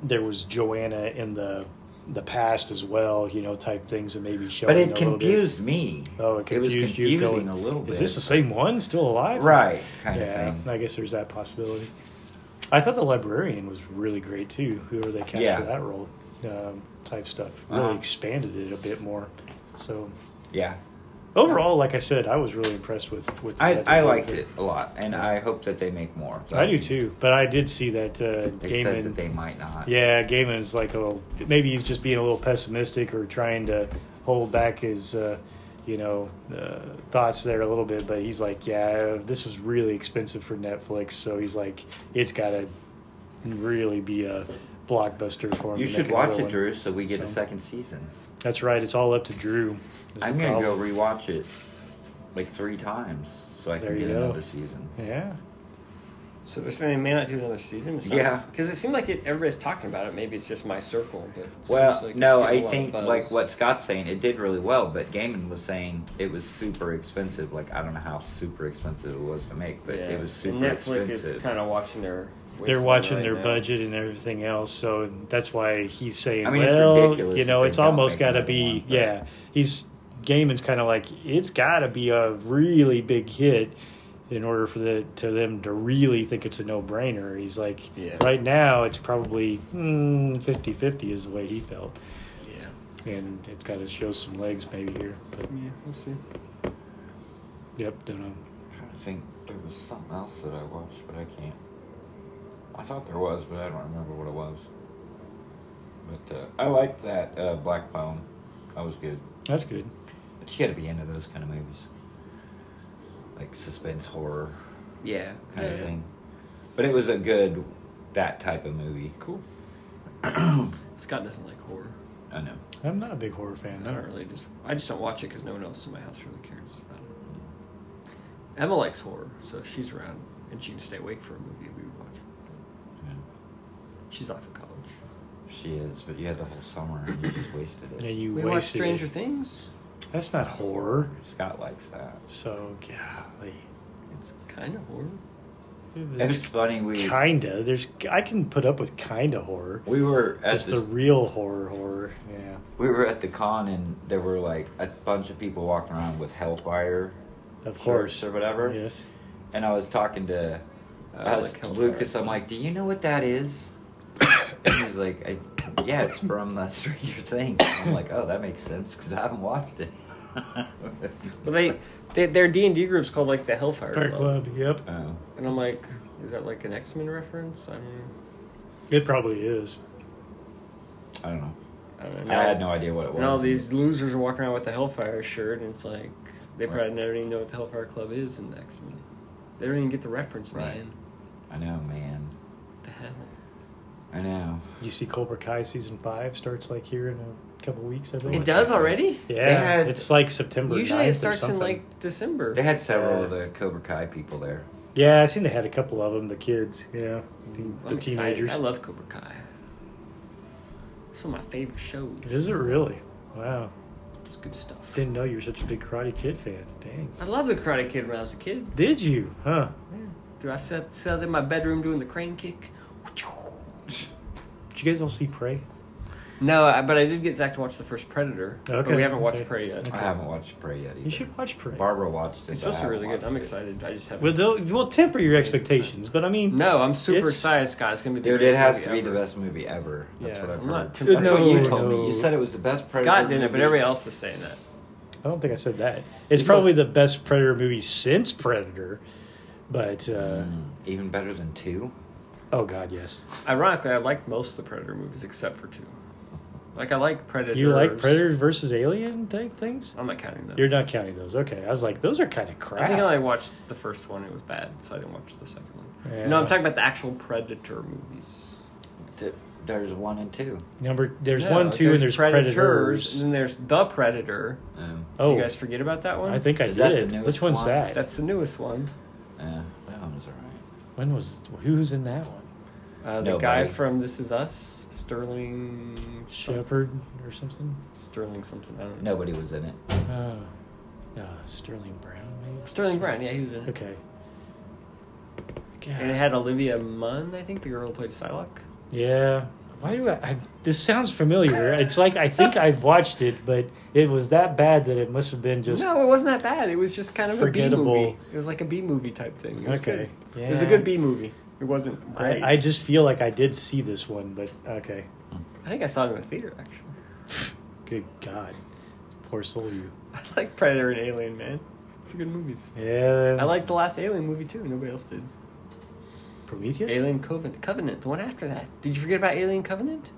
C: there was Joanna in the the past as well, you know, type things, and maybe showing.
B: But
C: a
B: it
C: little bit.
B: confused me.
C: Oh, it confused
B: was confusing
C: you. Going
B: a little bit.
C: Is this the same one still alive?
B: right kind
C: Yeah,
B: of thing?
C: I guess there's that possibility. I thought the librarian was really great too. Whoever they cast
B: Yeah.
C: for that role, um, type stuff, really
B: Uh-huh.
C: expanded it a bit more. So
B: Yeah,
C: overall, like I said, I was really impressed with with. the
B: I,
C: Legend
B: I
C: of
B: liked
C: Zelda.
B: it a lot, and I hope that they make more.
C: I do too, but I did see that uh,
B: They said
C: Gaiman.
B: that they might not.
C: yeah, Gaiman is like a little, maybe he's just being a little pessimistic or trying to hold back his. Uh, you know uh, thoughts there a little bit, but he's like, yeah, this was really expensive for Netflix, so he's like, it's got to really be a blockbuster for him.
B: you
C: to
B: should
C: make
B: watch
C: another
B: it,
C: one.
B: Drew, so we get a
C: So-
B: second season.
C: That's right. It's all up to Drew. is the
B: I'm gonna go
C: problem.
B: rewatch it like three times so I
C: There
B: can
C: you
B: get
C: go.
B: another season.
C: Yeah.
A: So they're saying they may not do another season. It's
B: Yeah.
A: because it seemed like it, everybody's talking about it. Maybe it's just my circle, but it
B: Well,
A: seems like it's
B: no,
A: getting a
B: I
A: lot of
B: think
A: buzz.
B: like what Scott's saying, it did really well, but Gaiman was saying it was super expensive. Like I don't know how super expensive it was to make, but
A: Yeah.
B: it was super
A: and Netflix
B: expensive.
A: is kind of watching their.
C: They're
A: waistline
C: watching
A: right
C: their
A: now.
C: budget and everything else, so that's why he's saying,
B: I mean, it's
C: "Well,
B: ridiculous
C: you
B: that
C: know,
B: they
C: it's
B: don't
C: almost
B: make
C: got to
B: another
C: be."
B: one, but-
C: yeah, he's Gaiman's kind of like, "It's got to be a really big hit in order for the to them to really think it's a no brainer." He's like,
A: Yeah.
C: "Right now, it's probably mm, 50-50 is the way he felt,
A: Yeah.
C: and it's got to show some legs maybe here." But
A: Yeah, we'll see.
C: yep, don't know.
B: I'm trying to think, there was something else that I watched, but I can't. I thought there was, but I don't remember what it was. But uh, I liked that uh, Black Phone. That was good.
C: That's good.
B: But you got to be into those kind of movies, like suspense horror
A: Yeah,
B: kind of
A: Yeah.
B: thing. But it was a good that type of movie.
A: Cool. Scott doesn't like horror.
B: I know.
C: I'm not a big horror fan.
A: I
C: No.
A: don't really just. I just don't watch it because no one else in my house really cares about it. Emma likes horror, so if she's around and she can stay awake for a movie. We would watch.
B: Yeah.
A: She's off of college.
B: She is, but you had the whole summer and you just wasted it.
C: And you
A: We
C: wasted
A: watched
C: it.
A: Stranger Things.
C: That's not horror.
B: Scott likes that.
C: So golly,
A: It's kind of horror.
B: And it's funny we
C: kinda. There's I can put up with kinda horror.
B: we were at
C: Just
B: this,
C: the real horror horror. Yeah.
B: we were at the con and there were like a bunch of people walking around with Hellfire
C: Of
B: shirts
C: course.
B: or whatever.
C: Yes.
B: And I was talking to
A: I
B: I was
A: like
B: to
A: Hellfire.
B: Lucas. I'm like, do you know what that is? and he's like, I, yeah, it's from uh, Stranger Things. I'm like, oh, that makes sense because I haven't watched it.
A: Well, they, they their D and D group's called like the Hellfire
C: Fire Club, yep.
B: Oh.
A: and I'm like, is that like an X Men reference? I mean,
C: It probably is.
B: I don't know.
A: I don't know.
B: I had no idea what it was.
A: And all these losers are walking around with the Hellfire shirt, and it's like they
B: Right.
A: probably never even know what the Hellfire Club is in the X Men. They don't even get the reference,
B: Right.
A: man.
B: I know, man.
A: The hell.
B: I know.
C: You see Cobra Kai season five starts like here in a couple weeks, I
A: It
C: believe.
A: does already.
C: Yeah,
A: They had-
C: it's like September.
A: Usually
C: 9th
A: it
C: or
A: starts in
C: something.
A: like December.
B: They had several
C: Yeah.
B: of the Cobra Kai people there.
C: Yeah, I seen they had a couple of them. The kids, yeah, the,
A: Mm, I'm
C: the
A: excited.
C: teenagers.
A: I love Cobra Kai. It's one of my favorite shows.
C: Is it really? Wow,
A: It's good stuff.
C: didn't know you were such a big Karate Kid fan. Dang.
A: I love the Karate Kid when I was a kid.
C: Did you? Huh?
A: Dude, I sat, sat in my bedroom doing the crane kick.
C: Did you guys all see Prey?
A: No, I, but I did get Zach to watch the first Predator. But
C: Okay,
A: we haven't watched
C: okay.
A: Prey yet.
B: I haven't watched Prey yet either.
C: You should watch Prey.
B: Barbara watched it.
A: It's
B: but I
A: supposed to be really
B: haven't
A: good. I'm
B: watched it.
A: excited. I just haven't.
C: Well, they'll- we'll temper your expectations, but I mean,
A: no, I'm super
C: It's-
A: excited, Scott. It's gonna be the
B: Dude,
A: best
B: it has
A: movie
B: to be
A: ever.
B: the best movie ever. That's
A: Yeah,
B: what I've
A: I'm
B: heard.
A: not
B: That's what you
C: No,
B: told me. You
C: no.
B: said it was the best Predator
A: Scott didn't,
B: movie.
A: but everybody else is saying that.
C: I don't think I said that. It's probably the best Predator movie since Predator, but uh,
B: Mm, even better than two.
C: oh god, yes.
A: Ironically, I liked most of the Predator movies except for two. Like I like Predator.
C: You like Predator versus Alien type things?
A: I'm not counting those.
C: You're not counting those. Okay, I was like, those are kind of crap.
A: Oh, I think I only watched the first one. It was bad, so I didn't watch the second one. No, I'm
C: Yeah.
A: talking about the actual Predator movies.
B: Th- There's one and two.
C: Number there's
A: No,
C: one, two, and there's predators.
A: and then there's the Predator.
B: Um,
C: Oh,
A: Did you guys forget about that one?
C: I think I
B: Is that the
C: did.
B: newest
C: Which one's
B: one?
C: that?
A: that's the newest one.
B: uh, that one's alright.
C: when was who's in that one?
A: Uh, the guy
B: Nobody.
A: from This Is Us, Sterling
C: Shepard or something?
A: Sterling something. I don't know.
B: Nobody was in it.
C: Uh, uh, Sterling Brown, maybe.
A: Sterling Brown. Yeah, he was in it.
C: Okay.
A: And it
C: God.
A: had Olivia Munn, I think, the girl who played Psylocke.
C: Yeah. Why do I, I? This sounds familiar. It's like I think I've watched it, but it was that bad that it must have been just.
A: no, it wasn't that bad. It was just kind of a B
C: Forgettable.
A: movie. It was like a B movie type thing. It was
C: Okay.
A: good. It was a
C: Yeah.
A: good B movie. It wasn't great.
C: I, I just feel like I did see this one, but okay.
A: I think I saw it in the theater actually.
C: Good God, poor soul, you.
A: I like Predator and Alien, man. It's a good movies.
C: Yeah.
A: I like the last Alien movie too. Nobody else did.
C: Prometheus.
A: Alien Covenant, Covenant, the one after that. Did you forget about Alien Covenant?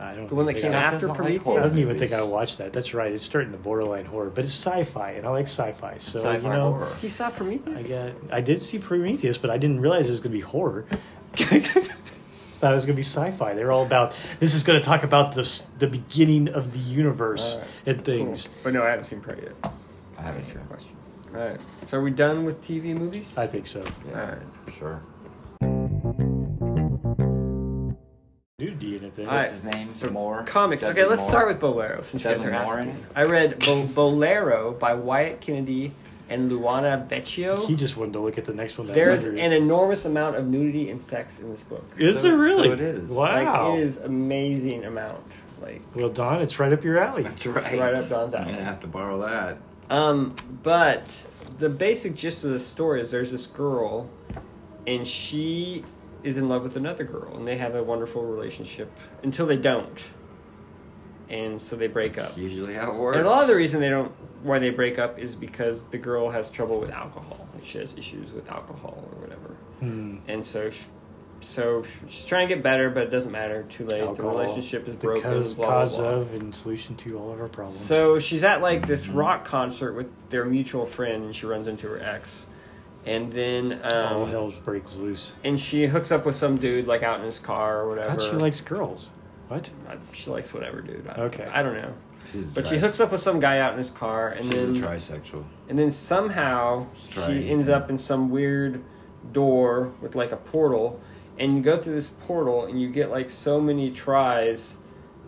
C: I don't.
A: The one that
C: think
A: came
C: I-
B: out
A: after
B: doesn't like
A: Prometheus.
B: horror
C: I don't even
B: movies.
C: think I watched that. That's right. It's starting to borderline horror, but it's sci-fi, and I like sci-fi. So
B: Sci-fi
C: you know,
B: horror.
A: He saw
C: I
A: Prometheus.
C: got. I did see Prometheus, but I didn't realize it was going to be horror. Thought it was going to be sci-fi. They're all about. This is going to talk about the s- the beginning of the universe
A: All right.
C: and things.
A: Cool. But no, I haven't seen Prey yet.
B: I haven't sure.
A: Question. All right. So are we done with TV movies?
C: I think so.
A: All right.
B: Sure.
C: Nudity in it. Then.
A: All right.
B: What's his name? Moore.
A: Comics.
B: Dudley
A: Okay, let's
B: Moore.
A: start with Bolero since you guys are
B: Dudley Moore in
A: asking. I read Bo- Bolero by Wyatt Kennedy and Luana
C: He
A: Vecchio.
C: just wanted to look at the next one. That's
A: There's
C: under-
A: an enormous amount of nudity and sex in this book.
C: Is
B: So-
C: there really?
B: so it is.
C: Wow.
A: Like it is amazing amount. Like
C: Well, Don, it's right up your alley.
B: That's right.
A: Right up Don's alley.
B: I'm gonna have to borrow that.
A: Um, but the basic gist of the story is there's this girl, and she is in love with another girl, and they have a wonderful relationship until they don't, and so they break up.
B: That's usually how it works.
A: And a lot of the reason they don't why they break up is because the girl has trouble with alcohol. Like she has issues with alcohol or whatever,
C: Hmm.
A: and so. She, so she's trying to get better, but it doesn't matter. Too late.
C: Alcohol,
A: the relationship is
C: the
A: broken.
C: Cause,
A: blah, blah,
C: cause
A: blah.
C: of and solution to all of our problems.
A: So she's at like this rock concert with their mutual friend, and she runs into her ex, and then
C: all
A: um,
C: Oh, hell breaks loose.
A: and she hooks up with some dude like out in his car or whatever.
C: God, she likes girls. What?
A: Uh, she likes whatever dude. I,
C: Okay.
A: I don't know,
B: She's
A: but she
B: tri-
A: hooks up with some guy out in his car, and
B: She's a
A: then
B: trisexual.
A: and then somehow
B: Try
A: she ends
B: anything.
A: up in some weird door with like a portal, and you go through this portal and you get like so many tries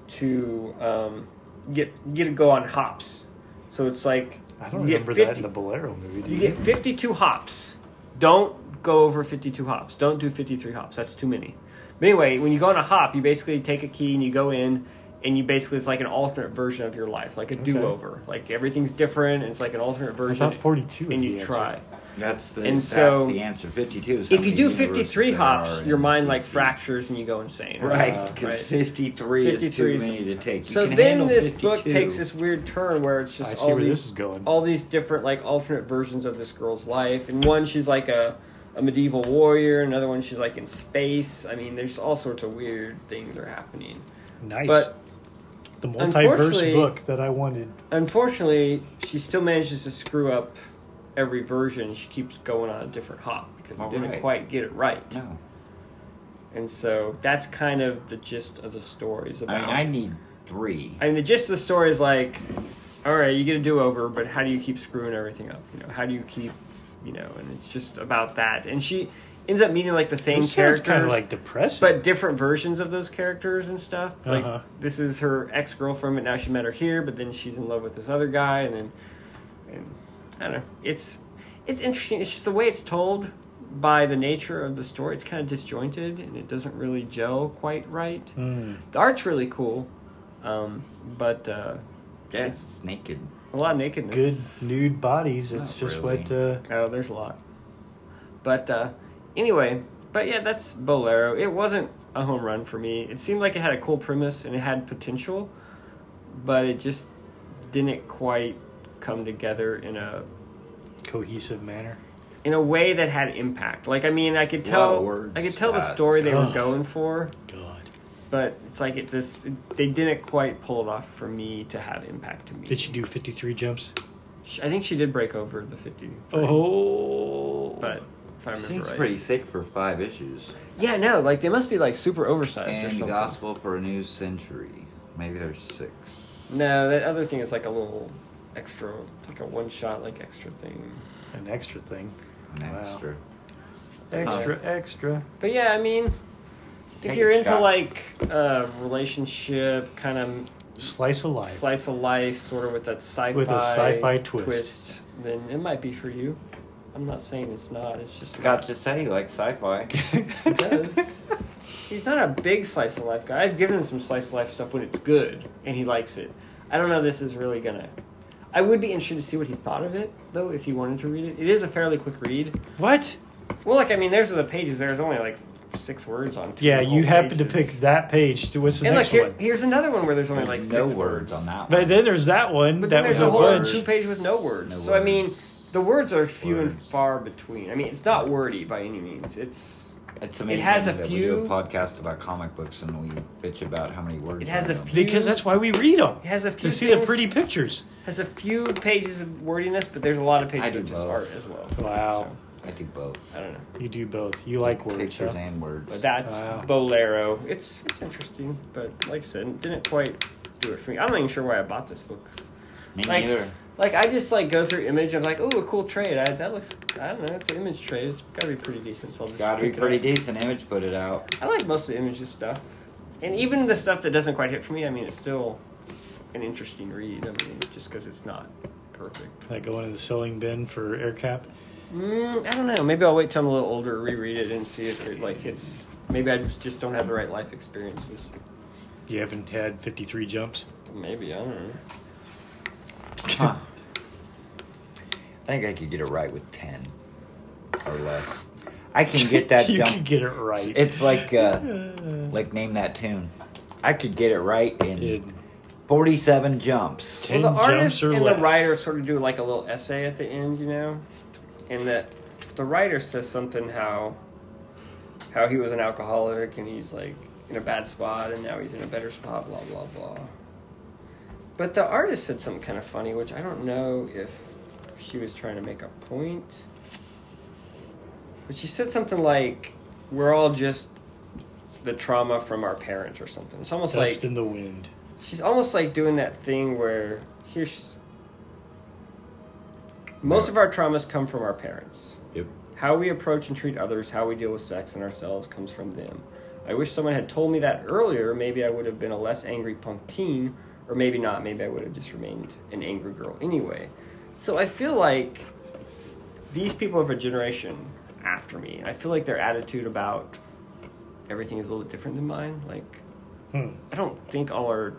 A: to um, get get to go on hops. So it's like
C: I don't
A: you get
C: remember that in the Bolero movie. Do
A: you
C: you?
A: get 52 hops. Don't go over 52 hops. Don't do 53 hops. That's too many. But anyway, when you go on a hop, you basically take a key and you go in, and you basically, it's like an alternate version of your life, like a do over. Like everything's different, and it's like an alternate
C: I
A: version.
C: thought 42
A: and
C: is
A: you
C: the
A: try.
B: That's the
A: And
B: that's
A: so-
B: the answer. Fifty two. Is how
A: If you
B: many
A: do
B: universes
A: 53
B: there are
A: hops,
B: in
A: your mind like
B: DC.
A: fractures and you go insane.
B: Right,
C: Uh,
B: because
A: right.
B: fifty three is
A: 53
B: too
A: is-
B: many to take. You
A: So
B: can
A: then
B: handle
A: this book
B: 52.
A: takes this weird turn where it's just
C: I see
A: all
C: where
A: these,
C: this is going.
A: all these different like alternate versions of this girl's life. And one she's like a, a medieval warrior, another one she's like in space. I mean, there's all sorts of weird things are happening.
C: Nice.
A: But
C: the
A: unfortunately-
C: multiverse book that I wanted.
A: unfortunately, she still manages to screw up every version. She keeps going on a different hop because they
B: All
A: didn't
B: right.
A: quite get it right.
B: No,
A: And so that's kind of the gist of the stories
B: I
A: about.
B: mean, I need three.
A: I mean, the gist of the story is like, all right, you get a do over, but how do you keep screwing everything up? You know, how do you keep, you know, and it's just about that. And she ends up meeting like the same
C: It
A: characters,
C: sounds kind of like depressing.
A: but different versions of those characters and stuff. Like
C: Uh-huh.
A: this is her ex girlfriend, but now she met her here, but then she's in love with this other guy, and then, and I don't know. It's it's interesting. It's just the way it's told by the nature of the story. It's kind of disjointed, and it doesn't really gel quite right.
C: Mm.
A: The art's really cool, um, but uh,
B: Yeah, it's, it's naked.
A: a lot of nakedness.
C: good nude bodies. It's
B: Not
C: just
B: really.
C: what. Uh,
A: Oh, there's a lot. But uh, anyway, but yeah, that's Bolero. It wasn't a home run for me. It seemed like it had a cool premise and it had potential, but it just didn't quite come together in a
C: cohesive manner.
A: in a way that had impact. Like I mean, I could tell
B: words
A: I could tell the
B: that-
A: story they were
C: Ugh.
A: going for,
C: God,
A: but it's like it this they didn't quite pull it off for me to have impact to me.
C: did she do fifty three jumps?
A: Sh- I think she did break over the 50.
C: Oh,
A: but if I remember
B: Seems
A: right.
B: pretty thick for five issues.
A: Yeah, no, like they must be like super oversized or
B: And
A: Uh, something.
B: Gospel for a New Century. Maybe there's six.
A: No, that other thing is like a little extra, it's like a one shot, like extra thing.
C: an extra thing,
B: An
C: Wow.
B: extra.
C: extra, extra.
A: But yeah, I mean, if
B: Take
A: you're
B: it,
A: into
B: Scott.
A: like uh, relationship, kind of
C: Slice of life.
A: slice of life, sort of with that sci fi
C: With a sci-fi twist.
A: then it might be for you. I'm not saying it's not, it's just.
B: Scott
A: not-
B: just said he likes sci-fi.
A: He does. He's not a big slice of life guy. I've given him some slice of life stuff when it's good, and he likes it. I don't know this is really gonna. I would be interested to see what he thought of it, though, if he wanted to read it. It is a fairly quick read.
C: What?
A: Well, like I mean, there's the pages. There's only like six words on. Two
C: Yeah, you
A: whole
C: happened to
A: pages.
C: pick that page. To, what's the
A: And like
C: next
A: here,
C: one?
A: here's another one where there's only like
B: There's
A: six
B: no words on that one.
C: But then there's that one.
A: But then
C: that
A: there's
C: was
A: a
C: a
A: whole
C: bunch.
A: two page with no words.
B: No
A: so I mean,
B: words.
A: the words are few and
B: Words.
A: far between. I mean, it's not wordy by any means. It's
B: It's amazing
A: has a
B: that we
A: few-
B: do a podcast about comic books and we bitch about how many words.
A: It has a
B: are in them.
A: few-
C: Because that's why we read them
A: It has a few
C: to see
A: things-
C: the pretty pictures.
A: has a few pages of wordiness, but there's a lot of
B: I
A: pages
B: do
A: of just
B: both.
A: art as well.
C: Wow.
B: I do both.
A: So, I don't know,
C: You do both. You like words.
B: Pictures
C: Huh?
B: and words.
A: but that's
C: Wow.
A: Bolero. It's it's interesting, but like I said, didn't quite do it for me. I'm not even sure why I bought this book.
B: Me
A: Like,
B: neither.
A: like I just like go through image. I'm like, oh, a cool trade. I, that looks. I don't know. It's an image trade. It's gotta be pretty decent. So I'll just
B: Gotta be
A: pick it
B: pretty
A: up.
B: decent. Image put it out.
A: I like most of the images stuff, and even the stuff that doesn't quite hit for me. I mean, it's still an interesting read. I mean, just because it's not perfect.
C: Like going to the sewing bin for air cap.
A: Mm, I don't know. Maybe I'll wait till I'm a little older, reread it, and see if it like hits. Maybe I just don't have the right life experiences.
C: You haven't had 53 jumps.
A: Maybe I don't know.
B: Huh. I think I could get it right with ten or less. I can get that
C: you
B: jump.
C: can get it right.
B: It's like uh,
C: Uh,
B: like name that tune. I could get it right in
C: in
B: forty-seven jumps.
C: ten
A: well, the artist
C: jumps or
A: and
C: less.
A: the writer sort of do like a little essay at the end, you know, and that the writer says something how how he was an alcoholic and he's like in a bad spot and now he's in a better spot, blah blah blah. But the artist said something kind of funny, which I don't know if she was trying to make a point. But she said something like, "We're all just the trauma from our parents or something." It's almost
C: dust
A: like
C: in the wind.
A: She's almost like doing that thing where here she's. Most of our traumas come from our parents.
B: Yep.
A: How we approach and treat others, how we deal with sex and ourselves comes from them. I wish someone had told me that earlier. Maybe I would have been a less angry punk teen, or maybe not. Maybe I would have just remained an angry girl anyway. So I feel like these people of a generation after me, I feel like their attitude about everything is a little different than mine. Like,
C: Hmm.
A: I don't think all our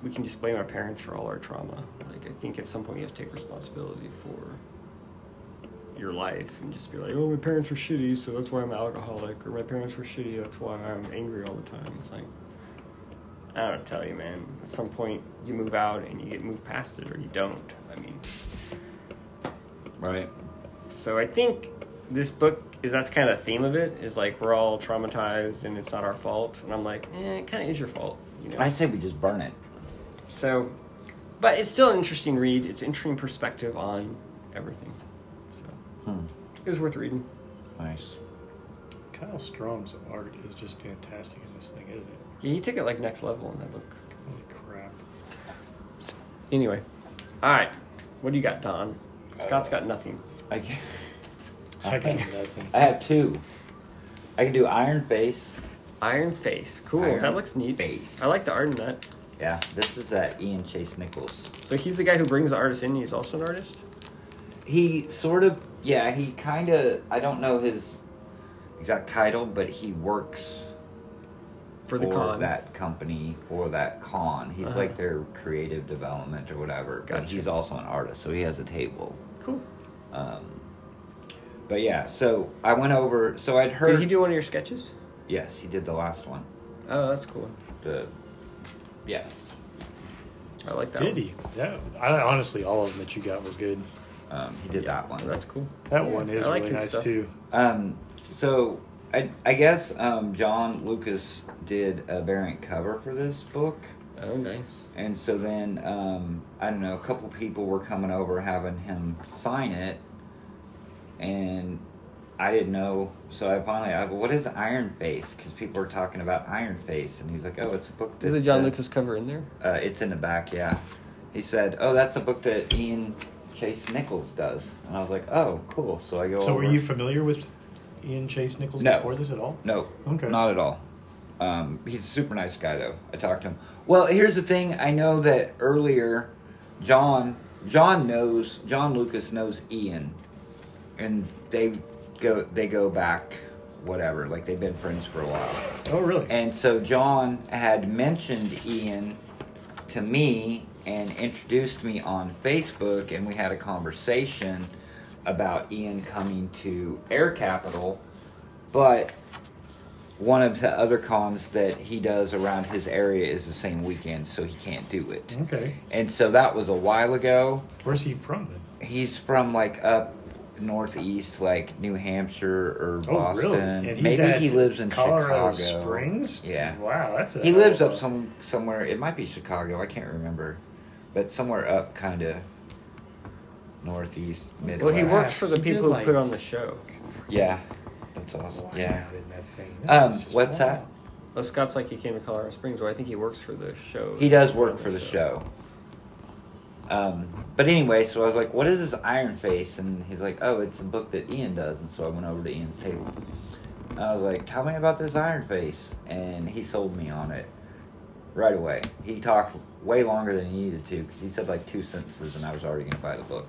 A: we can just blame our parents for all our trauma. Like I think at some point you have to take responsibility for your life and just be like, oh, my parents were shitty, so that's why I'm an alcoholic, or my parents were shitty, that's why I'm angry all the time. It's like I don't know what to tell you, man. At some point you move out and you get moved past it, or you don't. I mean,
B: Right.
A: so I think this book is that's kind of the theme of it is like we're all traumatized and it's not our fault. And I'm like, eh, it kind of is your fault. You know?
B: I say we just burn it.
A: So, but it's still an interesting read. It's an interesting perspective on everything. So
B: Hmm.
A: it was worth reading.
B: Nice.
C: Kyle Strom's art is just fantastic in this thing, isn't it?
A: Yeah, he took it like next level in that book.
C: Holy crap!
A: Anyway, all right. What do you got, Don? Scott's got nothing.
B: I can,
C: I got nothing.
B: I have two. I can do Iron Face.
A: Iron Face. Cool.
B: Iron
A: that looks neat.
B: Face.
A: I like the art in that.
B: Yeah, this is that Ian Chase Nichols.
A: So he's the guy who brings the artist in. He's also an artist.
B: He sort of, yeah, he kind of. I don't know his exact title, but he works
A: For the con.
B: that company for that con. He's
A: Uh-huh.
B: like their creative development or whatever. But
A: Gotcha.
B: he's also an artist, so he has a table.
A: Cool.
B: Um, but yeah, so I went over. So I'd heard.
A: Did he do one of your sketches?
B: Yes, he did the last one.
A: Oh, that's cool.
B: The yes.
A: I like that.
C: Did
A: one.
C: he? That, I, honestly, all of them that you got were good.
B: Um, he did that one.
A: Oh, that's cool.
C: That
A: Yeah,
C: one is
A: I like
C: really
A: his
C: nice
A: stuff.
C: too.
B: Um, so I, I guess um, John Lucas did a variant cover for this book,
A: Oh, nice.
B: and so then um, I don't know, a couple people were coming over having him sign it, and I didn't know. So I finally, I, go, what is Iron Face? Because people were talking about Iron Face, and he's like, oh, it's a book.
A: Is
B: that-
A: the John
B: that-
A: Lucas cover in there?
B: Uh, it's in the back, yeah. He said, oh, that's a book that Ian Chase Nichols does, and I was like, oh, cool. So I go.
C: So, were
B: over-
C: you familiar with Ian Chase Nichols
B: No.
C: before this at all?
B: No,
C: Okay.
B: not at all. Um, he's a super nice guy, though. I talked to him. Well, here's the thing. I know that earlier, John John knows John Lucas knows Ian, and they go they go back whatever. Like they've been friends for a while.
C: Oh, really?
B: And so John had mentioned Ian to me and introduced me on Facebook, and we had a conversation about Ian coming to Air Capital, but one of the other cons that he does around his area is the same weekend, so he can't do it.
C: okay.
B: And so that was a while ago.
C: Where's he from then?
B: He's from like up northeast, like New Hampshire or
C: Oh,
B: Boston.
C: really? And he's
B: Maybe
C: at
B: he lives in
C: Colorado
B: Chicago.
C: Springs.
B: Yeah.
C: Wow, that's a
B: He lives
C: hell
B: up
C: of a-
B: some somewhere. It might be Chicago. I can't remember, but somewhere up kind of northeast. Midwest.
A: Well, he
C: Wow.
A: worked for the
C: He did,
A: people who put
C: like-
A: on the show.
B: Yeah, that's awesome.
C: Wow,
B: Yeah.
C: in that thing.
B: Um,
C: That's just
B: what's that?
A: Well, Scott's like he came to Colorado Springs. Well, I think he works for the show.
B: He does work for the show. Um, but anyway, so I was like, "What is this Iron Face?" And he's like, "Oh, it's a book that Ian does." And so I went over to Ian's table. And I was like, "Tell me about this Iron Face," and he sold me on it right away. He talked way longer than he needed to because he said like two sentences, and I was already going to buy the book.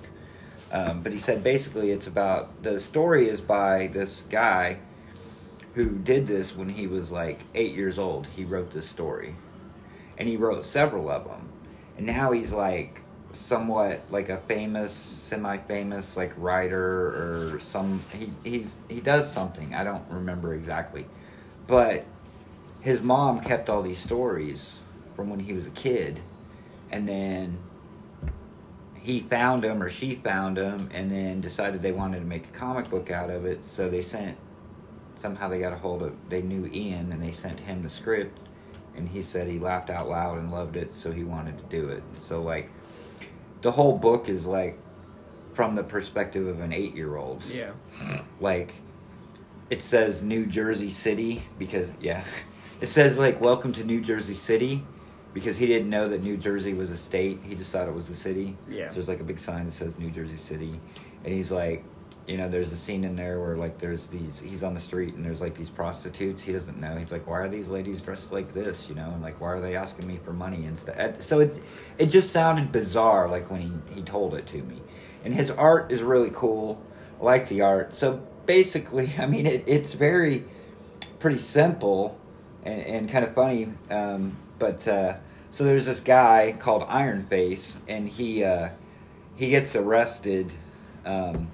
B: Um, but he said basically, it's about the story is by this guy who did this when he was like eight years old. He wrote this story and he wrote several of them. And now he's like somewhat like a famous, semi-famous like writer or some he he's he does something. I don't remember exactly. But his mom kept all these stories from when he was a kid and then he found them or she found them and then decided they wanted to make a comic book out of it so they sent somehow they got a hold of they knew ian and they sent him the script and he said he laughed out loud and loved it so he wanted to do it so like the whole book is like from the perspective of an eight year old
A: Yeah.
B: like it says New Jersey City because yeah, it says like welcome to New Jersey City because he didn't know that New Jersey was a state. He just thought it was a city.
A: Yeah.
B: So there's like a big sign that says New Jersey City, and he's like, you know, there's a scene in there where like there's these he's on the street and there's like these prostitutes. He doesn't know. He's like, why are these ladies dressed like this? You know, and like why are they asking me for money and stuff. And So it's it just sounded bizarre like when he he told it to me, and his art is really cool. I like the art. So basically, I mean, it, it's very pretty simple and, and kind of funny. Um, but uh, so there's this guy called Iron Face, and he uh, he gets arrested um,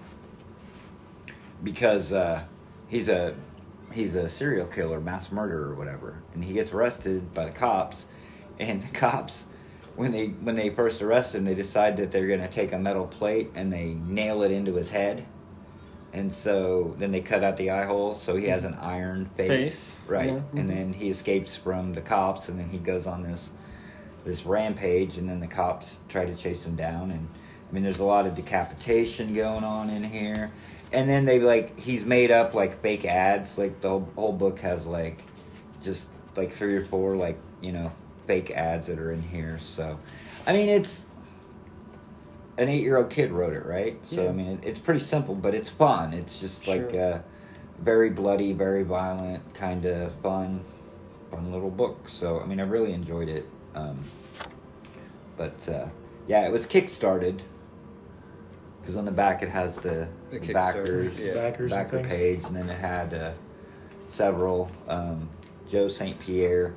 B: because uh, he's a he's a serial killer, mass murderer, or whatever, and he gets arrested by the cops. And the cops, when they when they first arrest him, they decide that they're gonna take a metal plate and they nail it into his head. And so then they cut out the eye hole, so he has an iron face,
A: Face,
B: right?
A: yeah, mhm.
B: And then he escapes from the cops, and then he goes on this this rampage, and then the cops try to chase him down. And I mean, there's a lot of decapitation going on in here. and then they like he's made up like fake ads. Like the whole, whole book has like just like three or four like you know fake ads that are in here. So, I mean, it's an eight-year-old kid wrote it, right? So
A: Yeah.
B: I mean, it, it's pretty simple, but it's fun. It's just like
A: Sure.
B: uh, very bloody, very violent, kind of fun, fun little book. So I mean, I really enjoyed it. Um, but uh, yeah, it was kickstarted because on the back it has the,
A: The
B: the
A: Kickstarter,
B: backers,
A: yeah.
C: Backers and
B: backer
C: things.
B: page, and then it had uh, several. Um, Joe St. Pierre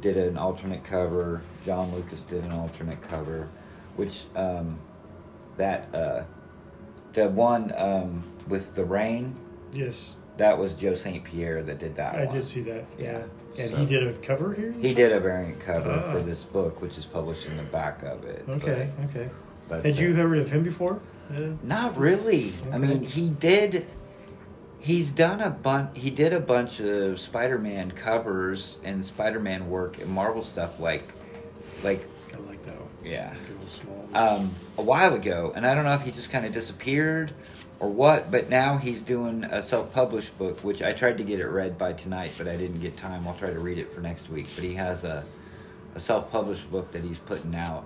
B: did an alternate cover. John Lucas did an alternate cover, which um, that uh, the one um, with the rain
C: Yes,
B: that was Joe St. Pierre that did that.
C: I
B: one.
C: did see that. Yeah,
B: Yeah,
C: and
B: so-
C: he did a cover here.
B: He did a variant cover
C: Ah.
B: for this book, which is published in the back of it. but-
C: Okay, okay.
B: but,
C: Had
B: uh,
C: you heard of him before? Uh,
B: Not really. I
C: Okay.
B: mean, he did. He's done a bunch. He did a bunch of Spider-Man covers and Spider-Man work and Marvel stuff, like, like
C: I like that one.
B: yeah,
C: Good little small.
B: um, a while ago. And I don't know if he just kind of disappeared or what. But now he's doing a self-published book, which I tried to get it read by tonight, but I didn't get time. I'll try to read it for next week. But he has a a self-published book that he's putting out.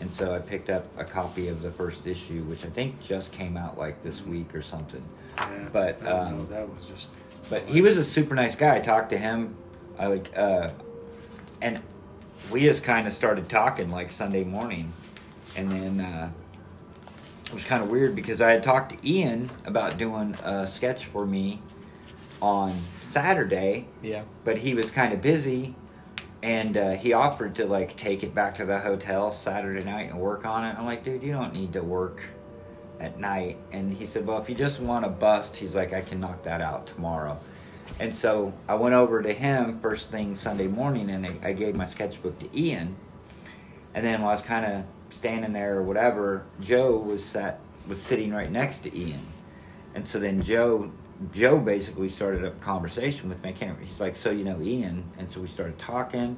B: And so I picked up a copy of the first issue, which I think just came out like this week or something.
C: Yeah,
B: but,
C: I don't
B: um,
C: know, that was just.
B: But he was a super nice guy. I talked to him. I like, uh, and we just kind of started talking like Sunday morning, and then uh, it was kind of weird because I had talked to Ian about doing a sketch for me on Saturday,
A: Yeah.
B: but he was kind of busy and uh, he offered to like take it back to the hotel saturday night and work on it i'm like dude you don't need to work at night and he said well if you just want a bust he's like i can knock that out tomorrow and so i went over to him first thing sunday morning and i, I gave my sketchbook to ian and then while i was kind of standing there or whatever joe was sat was sitting right next to ian and so then Joe, Joe basically started up a conversation with me. I can't. He's like, so you know Ian, and so we started talking,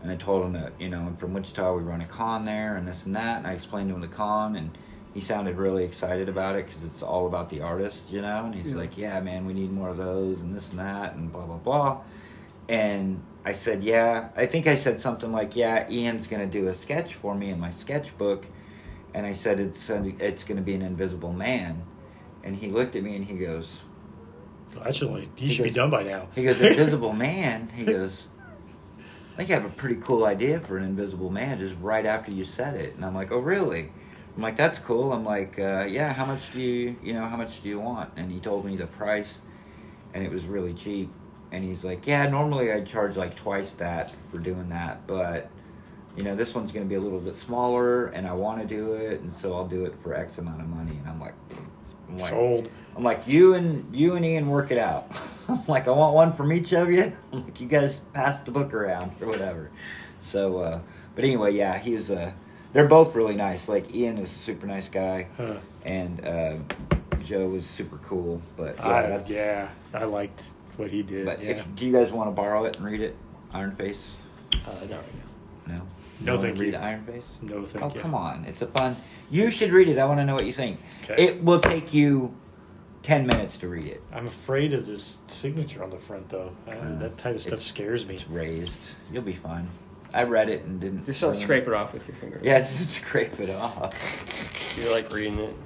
B: and I told him that you know I'm from Wichita. We run a con there, and this and that. And I explained to him the con, and he sounded really excited about it because it's all about the artist, you know. And he's
A: Yeah.
B: like, yeah, man, we need more of those, and this and that, and blah blah blah. And I said, yeah. I think I said something like, yeah, Ian's gonna do a sketch for me in my sketchbook. And I said, it's it's gonna be an Invisible Man. And he looked at me and he goes,
C: Actually, he should be
B: goes-
C: done by now.
B: he goes, Invisible Man. He goes, I think I have a pretty cool idea for an Invisible Man just right after you said it. And I'm like, oh, really? I'm like, that's cool. I'm like, uh, yeah, how much do you, you know, how much do you want? And he told me the price and it was really cheap. And he's like, yeah, normally I'd charge like twice that for doing that, but you know, this one's going to be a little bit smaller and I want to do it. And so I'll do it for X amount of money. And I'm like, I'm like
C: Sold.
B: I'm like, you and you and Ian work it out. I'm like, I want one from each of you. I'm like, you guys pass the book around or whatever. So, uh, but anyway, yeah, he was. Uh, they're both really nice. Like Ian is a super nice guy,
C: Huh.
B: and uh, Joe was super cool. But yeah,
C: I-
B: that's,
C: yeah, I liked what he did.
B: But
C: yeah.
B: if, do you guys want to borrow it and read it, Iron Face?
A: Uh, not right now.
B: No. You
C: No,
B: wanna
C: thank
B: read
C: you.
B: Iron Face.
C: No, thank
B: Oh
C: you.
B: come on, it's a fun. You should read it. I want to know what you think.
C: Okay.
B: It will take you ten minutes to read it.
C: I'm afraid of this signature on the front, though. I,
B: Uh,
C: that type of stuff
B: it's-
C: scares me.
B: It's raised. You'll be fine. I read it and didn't.
A: Just don't scrape it off with your finger.
B: Yeah, just scrape it off.
A: You're like reading it.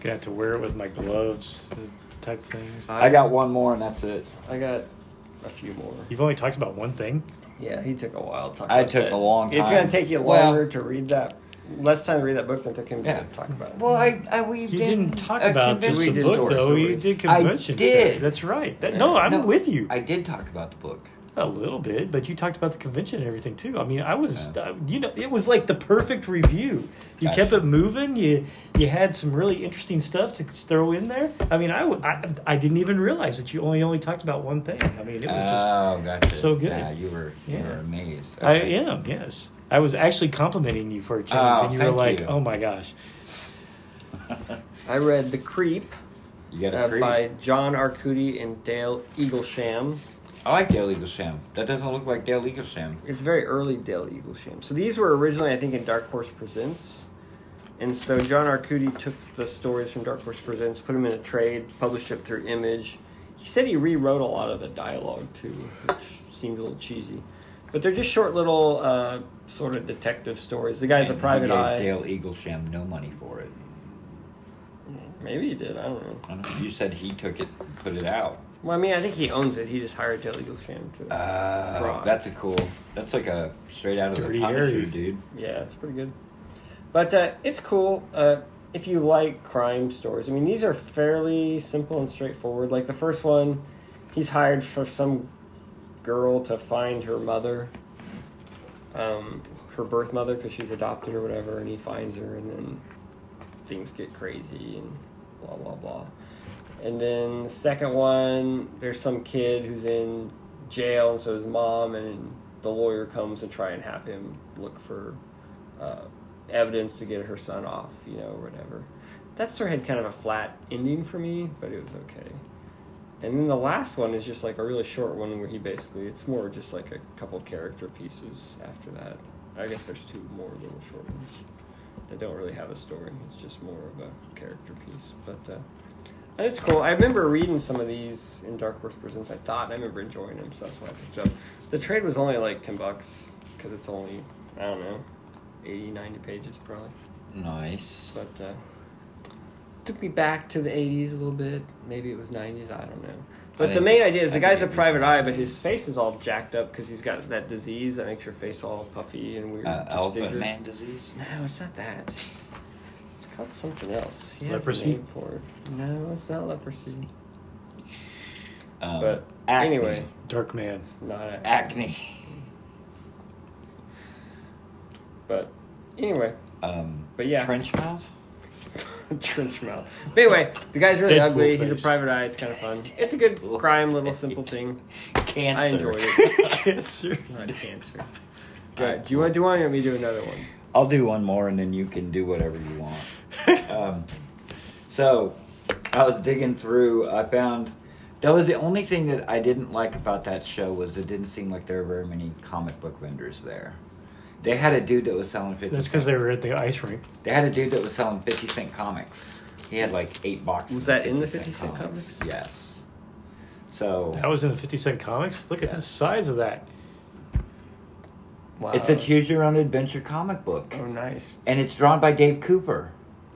C: Gonna have to wear it with my gloves, uh, type things.
B: I got one more and that's it.
A: I got a few more.
C: You've only talked about one thing.
A: Yeah, he took a while. To talk
B: I
A: about
B: took
A: that.
B: a long
A: It's
B: time.
A: gonna take you
B: Well-
A: longer to read that. Less time to read that book than it took him
B: Yeah.
A: to talk about it.
B: Well, I, I we
C: You didn't talk about just
A: We
C: the
A: did
C: book,
A: short
C: though. You
A: stories.
C: did
B: I
C: convention.
B: did.
C: stuff. That's right. That, No, I'm with you.
B: I did talk about the book.
C: A little bit, but you talked about the convention and everything too. I mean, I was, uh, you know, it was like the perfect review. You kept
B: Gotcha.
C: it moving. You you had some really interesting stuff to throw in there. I mean, I, w- I, I didn't even realize that you only only talked about one thing. I mean, it was just
B: oh, gotcha.
C: so good.
B: Yeah, you were you
C: Yeah.
B: were amazed.
C: I
B: Okay.
C: am, yes. I was actually complimenting you for a change,
B: Oh,
C: and you were
B: thank
C: like,
B: you.
C: "Oh my gosh,
A: I read The Creep
B: You got a
A: uh,
B: creep.
A: by John Arcudi and Dale Eaglesham.
B: I like Dale Eaglesham. That doesn't look like Dale Eaglesham.
A: It's very early Dale Eaglesham. So these were originally, I think, in Dark Horse Presents. And so John Arcudi took the stories from Dark Horse Presents, put them in a trade, published it through Image. He said he rewrote a lot of the dialogue too, which seemed a little cheesy. But they're just short little uh, sort of detective stories. The guy's
B: And
A: a
B: he
A: private
B: gave
A: eye.
B: Dale Eaglesham no money for it.
A: Maybe he did. I don't know.
B: I don't know, You said he took it, and put it out.
A: Well, I mean, I think he owns it. He just hired Dale Eaglesham to.
B: Uh,
A: Fraud.
B: That's a cool. That's like a straight out of
C: Dirty
B: the
C: Harry.
B: Punisher, dude.
A: Yeah, it's pretty good. But uh, it's cool uh, if you like crime stories. I mean, these are fairly simple and straightforward. Like the first one, he's hired for some girl to find her mother, um, her birth mother, because she's adopted or whatever, and he finds her, and then things get crazy and blah, blah, blah. And then the second one, there's some kid who's in jail, and so his mom, and the lawyer comes to try and have him look for uh, evidence to get her son off, you know, or whatever. That story had kind of a flat ending for me, but it was okay. And then the last one is just like a really short one where he basically, it's more just like a couple character pieces after that. I guess there's two more little short ones that don't really have a story. It's just more of a character piece. But uh, and it's cool. I remember reading some of these in Dark Horse Presents. I thought and I remember enjoying them, so that's why I picked up. The trade was only like ten bucks because it's only I don't know 80, 90 pages probably.
B: Nice.
A: But uh, took me back to the eighties a little bit. Maybe it was nineties. I don't know. But the
B: think-
A: main idea is the
B: I
A: guy's a
B: think it was
A: private eye, but his face is all jacked up because he's got that disease that makes your face all puffy and weird.
B: Uh, elephant
A: disfigured.
B: man disease.
A: No, it's not that. It's called something else. He has a
C: Leprosy?
A: name for it. No, it's not leprosy.
B: Um,
A: But
B: acne.
A: anyway.
C: Dark Man.
A: It's not a,
B: acne.
A: But anyway,
B: Um,
A: But yeah.
B: trench mouth.
A: trench mouth. But anyway, the guy's really
C: Deadpool
A: ugly. He's
C: face.
A: a private eye. It's kind of fun. It's a good crime, little simple thing.
B: Cancer.
A: I enjoyed it.
C: Cancer.
A: Not cancer. All right, do you want to do one or let me do another one?
B: I'll do one more, and then you can do whatever you want. um, so, I was digging through. I found that was the only thing that I didn't like about that show was it didn't seem like there were very many comic book vendors there. They had a dude that was selling fifty.
C: That's because they were at the ice rink.
B: They had a dude that was selling 50 cent comics. He had like eight boxes.
A: Was
B: of
A: that in the 50 cent comics?
B: Yes. So
C: That was in the 50 Cent Comics. Look at
B: Oh. Yeah.
C: the size of that.
A: Wow.
B: it's a choose your own adventure comic book.
A: Oh, nice.
B: And it's drawn by Dave Cooper.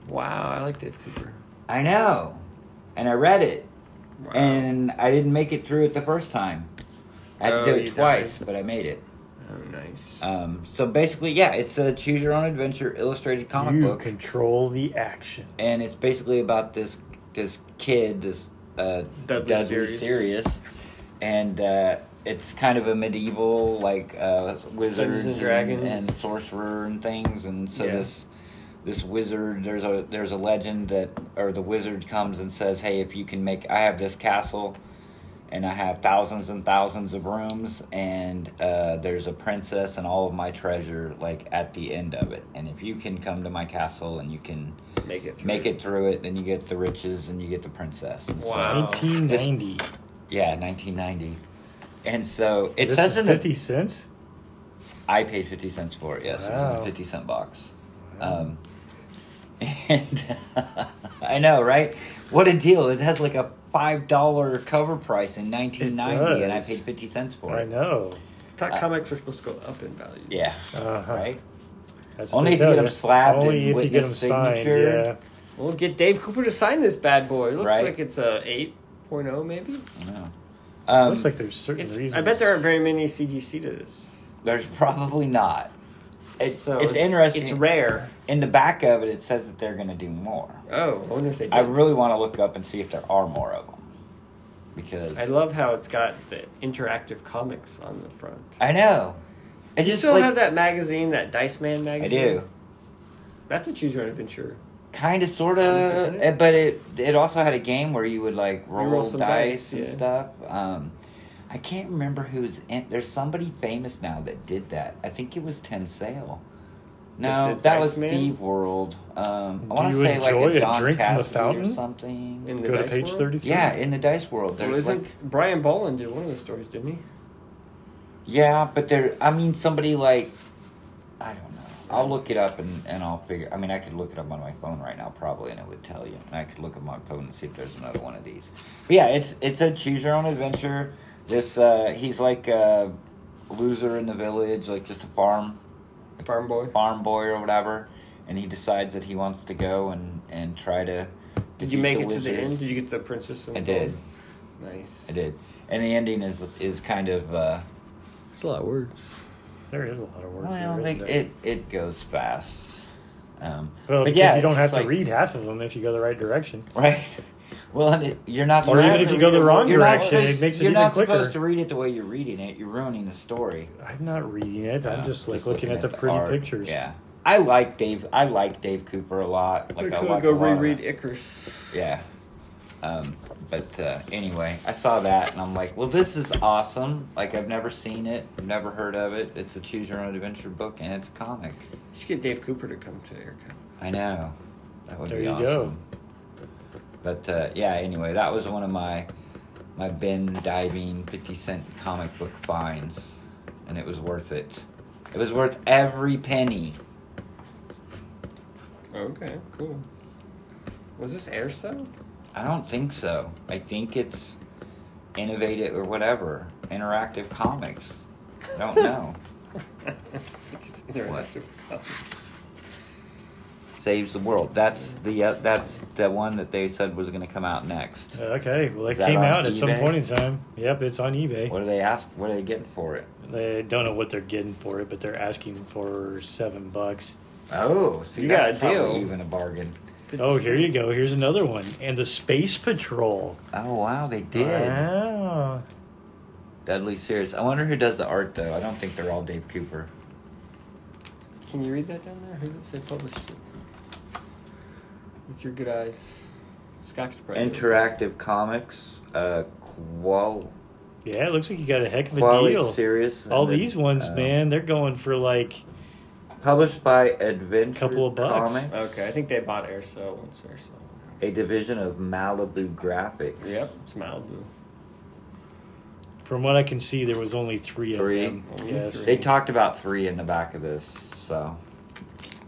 A: Wow, I like Dave Cooper.
B: I know. And I read it.
A: Wow.
B: And I didn't make it through it the first time. I had
A: Oh,
B: to do
A: you
B: it
A: died.
B: twice, but I made it.
A: oh, nice.
B: Um, so basically, yeah, it's a choose your own adventure illustrated comic
C: you
B: book.
C: control the action.
B: and it's basically about this this kid, this uh,
A: Dudley
B: Dudley
A: Sirius.
B: Sirius, and uh, it's kind of a medieval like uh, wizards
A: Dungeons and
B: and,
A: Dragons.
B: and sorcerer and things, and so
A: Yeah.
B: this this wizard there's a there's a legend that or the wizard comes and says, hey, if you can make, I have this castle. And I have thousands and thousands of rooms, and uh, there's a princess and all of my treasure, like at the end of it. And if you can come to my castle and you can
A: make it. Through.
B: make it through it, then you get the riches and you get the princess. And so-
A: Wow.
C: 1990.
B: yeah, 1990. And so it
C: this
B: says
C: is
B: in
C: 50
B: the
C: cents?
B: I paid 50 cents for it. Yes, it was in
C: Wow.
B: a 50 cent box.
C: Wow.
B: Um, and I know, right? What a deal! It has like a five dollar cover price in 1990, and I
C: does.
B: paid 50 cents for
C: I
B: it.
C: know.
A: Thought
B: I-
A: comics were supposed to go up in value.
B: uh, Yeah.
C: Uh-huh.
B: Right.
C: That's what
B: Only
C: they
B: if you
C: tell
B: get 'em slabbed and
C: Only if you get 'em
B: witness
C: signed,
B: signature.
C: yeah.
A: We'll get Dave Cooper to sign this bad boy. It looks
B: Right.
A: like it's a 8.0 maybe.
B: I know. Um,
C: Looks like there's certain
A: It's-
C: reasons.
A: I bet there aren't very many CGC to this.
B: there's probably not. It,
A: So
B: it's, interesting.
A: It's rare.
B: in the back of it, it says that they're going to do more.
A: Oh, I wonder if they. Did.
B: I really want to look up and see if there are more of them because
A: I love how it's got the interactive comics on the front.
B: I know. I
A: you
B: just
A: still
B: like,
A: have that magazine, that Dice Man
B: I
A: magazine.
B: do.
A: That's a choose your own adventure.
B: Kind of, sort
A: Isn't
B: of,
A: it?
B: eh, but it it also had a game where you would like roll,
A: roll some
B: dice,
A: dice,
B: and
A: yeah.
B: stuff. Um, I can't remember who's in. There's somebody famous now that did that. I think it was Tim Sale. No,
A: did
B: that
A: Dice
B: was
A: Man?
B: Steve World. Um, I
C: Do
B: want to
C: you
B: say like
C: enjoy
B: a
C: a
B: John
C: drink from the
B: Cassidy or
C: fountain?
B: something.
A: In the
C: Go to
A: Dice
C: page
A: World?
C: 33.
B: yeah, in the dice world,
A: Well,
B: there's
A: isn't
B: like
A: Brian Boland did one of the stories, didn't he?
B: Yeah, but there. I mean, somebody like I don't know. I'll look it up and, and I'll figure. I mean, I could look it up on my phone right now probably, and it would tell you. And I could look up my phone and see if there's another one of these. But yeah, it's it's a choose your own adventure. This uh, he's like a loser in the village, like just a farm
A: Farm boy.
B: farm boy or whatever, and he decides that he wants to go and and try to.
A: Did you
B: defeat
A: make it to
B: wizard.
A: the end? Did you get the princess? And
B: I
A: the
B: did.
A: bone? Nice.
B: I did, and the ending is is kind of. Uh,
A: It's a lot of words.
C: There is a lot of words.
B: well,
C: there,
B: it,
C: isn't there?
B: it it goes fast. Um,
C: well,
B: but
C: because
B: yeah,
C: you
B: it's
C: don't have
B: just
C: to
B: like-
C: read half of them if you go the right direction.
B: Right. Well, and it, you're not.
C: Or even
B: supposed
C: if
B: to
C: you go
B: read
C: the
B: it-
C: wrong
B: you're not
C: direction, it
B: supposed-
C: makes it
B: You're
C: even
B: not
C: quicker.
B: supposed to read it the way you're reading it. You're ruining the story.
C: I'm not reading it.
B: Yeah,
C: I'm just like looking, at the, pretty
B: art.
C: pictures.
B: Yeah, I like Dave. I like Dave Cooper a lot. Like I
A: Actually,
B: like
A: go
B: a lot of-
A: reread Icarus.
B: Yeah. Um, but uh, anyway, I saw that and I'm like, well, this is awesome. Like I've never seen it, I've never heard of it. It's a choose your own adventure book and it's a comic.
A: You should get Dave Cooper to come to Erica.
B: I know. That would
C: There
B: be
C: you
B: awesome.
C: go.
B: But uh, yeah, anyway, that was one of my my bin diving fifty cent comic book finds, and it was worth it. It was worth every penny.
A: Okay, cool. Was this Airstone?
B: I don't think so. I think it's innovative or whatever, interactive comics. I don't know.
A: I think it's interactive comics.
B: Saves the world. That's the uh, that's the one that they said was going to come out next.
C: Uh, Okay. Well,
B: Is
C: it
B: that
C: came
B: on
C: out at some
B: eBay?
C: point in time. Yep, it's on eBay.
B: What do they ask? What are they getting for it?
C: They don't know what they're getting for it, but they're asking for seven bucks.
B: Oh, see,
A: You got
B: that's
A: a deal.
B: probably even a bargain.
C: Oh, here you go. Here's another one. And the Space Patrol.
B: Oh wow, they did.
C: Wow.
B: Dudley Sears. I wonder who does the art though. I don't think they're all Dave Cooper.
A: Can you read that down there? Who did it say published it? With your good eyes. Scotch probably did it.
B: Interactive Comics. Uh, qual.
C: Yeah, it looks like you got a heck of a
B: Quality
C: deal.
B: serious.
C: All
B: and then,
C: these ones,
B: uh,
C: man, they're going for like
B: Published by Adventure
C: Couple of bucks.
B: Comics,
A: Okay, I think they bought Airstone once Airstone.
B: a division of Malibu Graphics.
A: Yep, it's Malibu.
C: from what I can see, there was only three,
B: Three?
C: of them.
A: Only
C: yes.
A: three.
B: They talked about three in the back of this, so.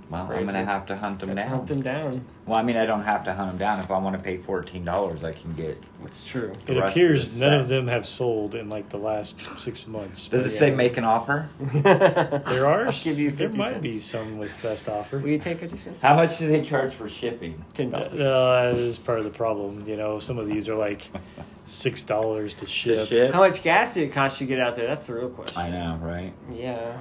B: Well, I'm
A: Crazy.
B: gonna have to hunt them
A: Gotta
B: down.
A: Hunt them down.
B: Well, I mean, I don't have to hunt them down. If I want to pay fourteen dollars, I can get.
A: It's true.
B: the
C: It
B: rest of
C: appears
B: this
C: none
B: set.
C: of them have sold in like the last six months.
B: Does
C: but
B: it say
A: Yeah.
B: make an offer?
A: there
C: There are.
A: I'll give you 50
C: there might
A: cents.
C: be some with best offer.
A: Will you take 50 cents?
B: How much do they charge for shipping?
A: $10.
C: Uh, that is part of the problem. You know, some of these are like six dollars to ship,
B: ship?
A: How much gas did it cost you to get out there? That's the real question.
B: I know, right?
A: Yeah.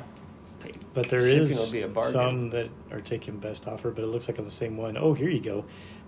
C: but there
A: Shipping
C: is
A: will be a bargain.
C: some that are taking best offer. But it looks like on the same one. Oh, here you go,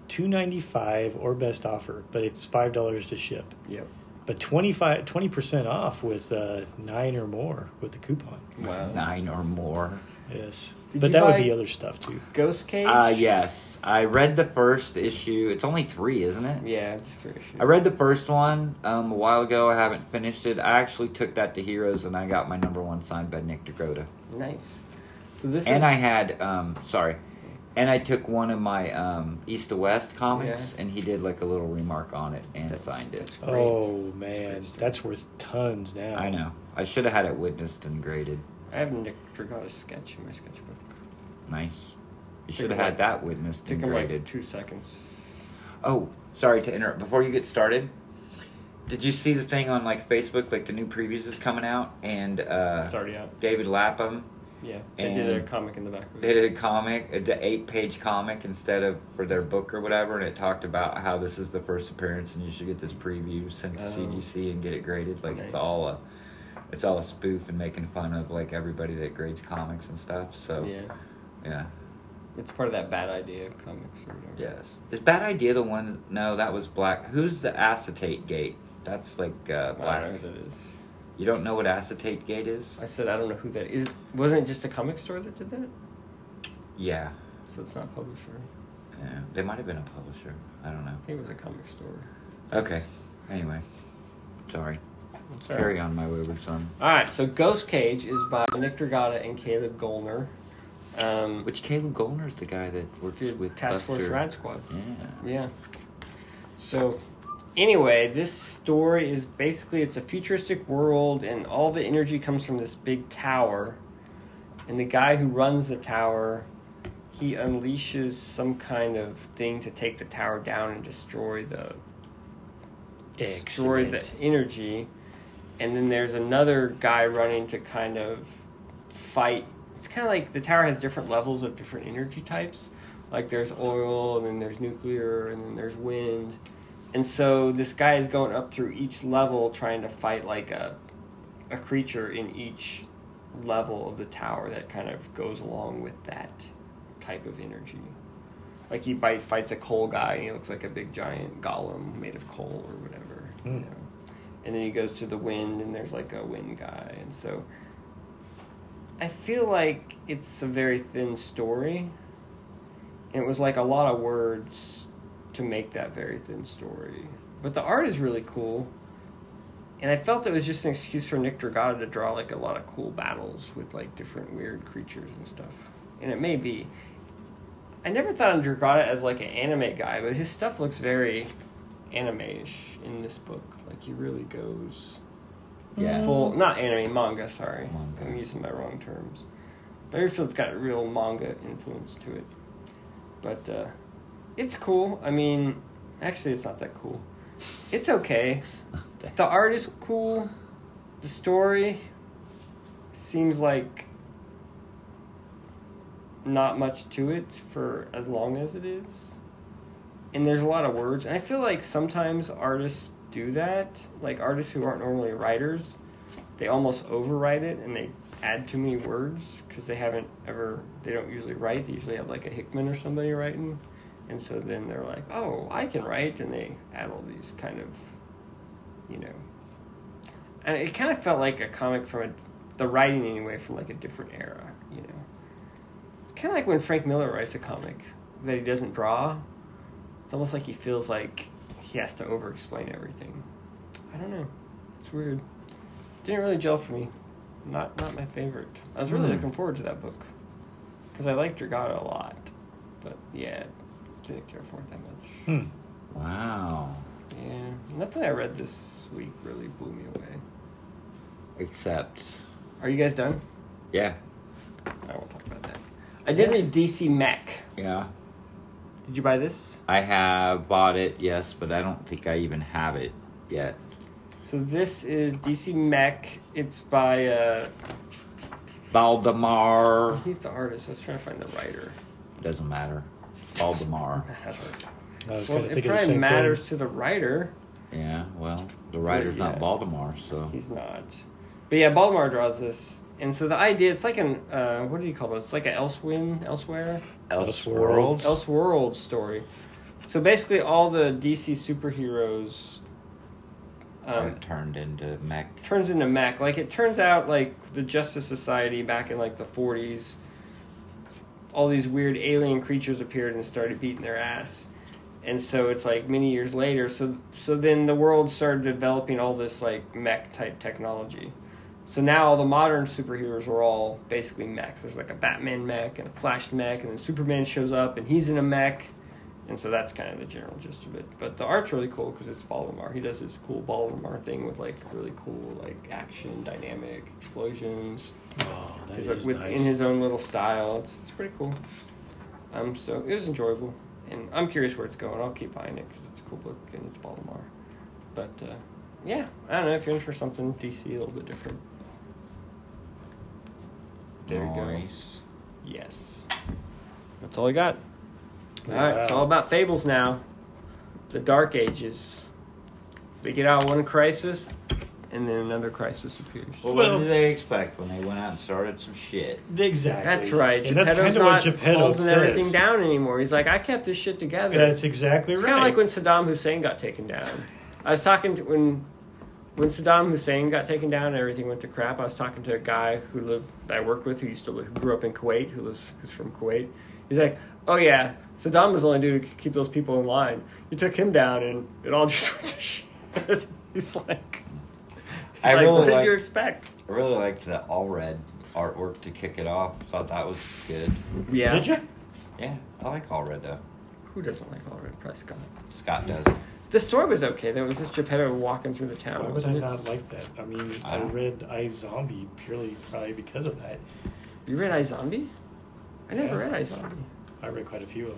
C: two ninety five or best offer, but it's five dollars to ship.
A: Yep.
C: But 20 percent off with uh, nine or more with the coupon.
A: Wow.
B: Nine or more.
C: Yes,
A: Did
C: but
A: you
C: that
A: buy-
C: would be other stuff too.
A: Ghost Cage?
B: Uh, yes. I read the first issue. It's only three, isn't it?
A: Yeah, just for issue.
B: I read the first one um, a while ago. I haven't finished it. I actually took that to Heroes and I got my number one signed by Nick Dakota.
A: Nice. So this
B: and
A: is.
B: I had, um, sorry, and I took one of my um, East to West comics and he did like a little remark on it and
A: That's-
B: signed it.
A: that's great.
C: Oh man,
A: That's great.
C: that's worth tons now.
B: I know. I should have had it witnessed and graded.
A: I have Nick Dragotta's sketch in my sketchbook.
B: Nice. You
A: Took
B: should have
A: him
B: had
A: like-
B: that witnessed
A: Took
B: and
A: him
B: graded.
A: like two seconds.
B: Oh, sorry to interrupt. Before you get started, did you see the thing on like Facebook? Like the new previews is coming out, and uh,
A: It's already out.
B: David Lapham
A: Yeah, they did a
B: And-
A: comic in the back. of it.
B: did a comic, a eight-page comic instead of for their book or whatever, and it talked about how this is the first appearance, and you should get this preview sent to
A: Oh.
B: CDC and get it graded. Like
A: Nice.
B: it's all a, it's all a spoof and making fun of like everybody that grades comics and stuff. So
A: Yeah,
B: yeah.
A: it's part of that bad idea of comics or whatever.
B: Yes. Is Bad Idea the one? No, that was Black. Who's the Acetate Gate? That's like uh,
A: I don't
B: Black.
A: know who that is.
B: You don't know what Acetate Gate is?
A: I said I don't know who that is. Wasn't it just a comic store that did that?
B: Yeah.
A: So it's not a publisher.
B: yeah. They might have been a publisher. I don't know.
A: I think it was a comic store.
B: Okay. Anyway. Sorry.
A: Sorry.
B: Carry on, my wayward son.
A: All right, so Ghost Cage is by Nick Dragotta and Caleb Golner. Um,
B: Which Caleb Goldner's the guy that worked
A: did
B: with
A: with Task Force
B: Buster.
A: Rad Squad.
B: Yeah.
A: Yeah. So, anyway, this story is basically it's a futuristic world, and all the energy comes from this big tower, and the guy who runs the tower, he unleashes some kind of thing to take the tower down and destroy the destroy the
C: Excellent.
A: energy. And then there's another guy running to kind of fight. It's kind of like the tower has different levels of different energy types. Like there's oil, and then there's nuclear, and then there's wind. And so this guy is going up through each level trying to fight like a a creature in each level of the tower that kind of goes along with that type of energy. Like he bite, fights a coal guy and he looks like a big giant golem made of coal or whatever. you
C: Hmm.
A: know. And then he goes to the wind and there's like a wind guy. And so I feel like it's a very thin story. And it was like a lot of words to make that very thin story. But the art is really cool. And I felt it was just an excuse for Nick Dragata to draw like a lot of cool battles with like different weird creatures and stuff. And it may be. I never thought of Dragata as like an anime guy, but his stuff looks very anime-ish in this book. Like he really goes
B: Yeah.
A: full not anime manga sorry
B: Manga.
A: i'm using my wrong terms Barryfield's got real manga influence to it but uh, it's cool i mean actually it's not that cool it's okay the art is cool the story seems like not much to it for as long as it is and there's a lot of words and i feel like sometimes artists do that like artists who aren't normally writers they almost overwrite it and they add too many words because they haven't ever they don't usually write they usually have like a hickman or somebody writing and so then they're like oh i can write and they add all these kind of you know and it kind of felt like a comic from a, the writing anyway from like a different era you know it's kind of like when frank miller writes a comic that he doesn't draw it's almost like he feels like he has to over explain everything. I don't know. It's weird. Didn't really gel for me. Not not my favorite. I was really
B: Hmm.
A: looking forward to that book. Because I liked Dragata a lot. But yeah, didn't care for it that much.
C: Hmm.
B: Wow.
A: Yeah. Nothing I read this week really blew me away.
B: Except,
A: Are you guys done?
B: yeah,
A: I won't talk about that. I did read DC Mech.
B: yeah.
A: Did you buy this?
B: I have bought it, yes, but I don't think I even have it yet.
A: So this is DC Mech. It's by uh
B: Valdemar.
A: he's the artist. I was trying to find the writer.
B: Doesn't matter. Valdemar.
C: I was
A: Well,
C: kind of
A: it
C: thinking the
A: probably
C: same
A: matters
C: thing.
A: to the writer.
B: Yeah, well, the writer's
A: yeah.
B: not Valdemar, so.
A: He's not. But yeah, Baltimore draws this, and so the idea it's like an uh, what do you call it? It's like an Elsewin, elsewhere,
C: Elseworlds.
A: Elseworld story. So basically, all the DC superheroes
B: Or
A: um,
B: it turned into mech.
A: turns into mech. Like it turns out, like the Justice Society back in like the '40s, all these weird alien creatures appeared and started beating their ass, and so it's like many years later. So so then the world started developing all this like mech type technology. So now all the modern superheroes are all basically mechs. There's like a Batman mech and a Flash mech, and then Superman shows up and he's in a mech. And so that's kind of the general gist of it. But the art's really cool because it's Baltimore. He does this cool Baltimore thing with like really cool like action, dynamic explosions.
C: Oh, that
A: He's
C: is
A: like with,
C: nice.
A: in his own little style. It's, it's pretty cool. Um, so it was enjoyable, and I'm curious where it's going. I'll keep buying it because it's a cool book and it's Baltimore. But uh, yeah, I don't know if you're in for something DC a little bit different. There you go.
B: Nice.
A: Yes, that's all I got. All
C: Wow.
A: right, it's all about fables now. The Dark Ages. They get out one crisis, and then another crisis appears.
B: Well,
C: Well-
B: what did they expect when they went out and started some shit?
C: Exactly.
A: That's right.
C: And that's
A: Geppetto's
C: kind of what
A: not
C: Geppetto
A: holding
C: says.
A: everything down anymore. He's like, I kept this shit together.
C: That's exactly
A: it's
C: right.
A: kind of like when Saddam Hussein got taken down. I was talking to when when Saddam Hussein got taken down and everything went to crap. I was talking to a guy who lived that I worked with who used to live, who grew up in Kuwait, who lives who's from Kuwait. He's like, oh yeah, Saddam was the only dude to keep those people in line. You took him down, and it all just went to shit. He's like, he's
B: I
A: like,
B: really
A: what did
B: like-
A: you expect?
B: I really liked the all red artwork to kick it off. Thought that was good.
A: Yeah.
C: Did you?
B: Yeah, I like all red though.
A: Who doesn't like Alred Price Scott?
B: Scott does.
A: The story was okay. There was this Geppetto walking through the town.
C: Why would I
A: wasn't it?
C: not like that? I mean, I
B: I don't-
C: read I Zombie purely probably because of that.
A: You read iZombie? I never
C: Yeah.
A: read iZombie.
C: I read quite a few of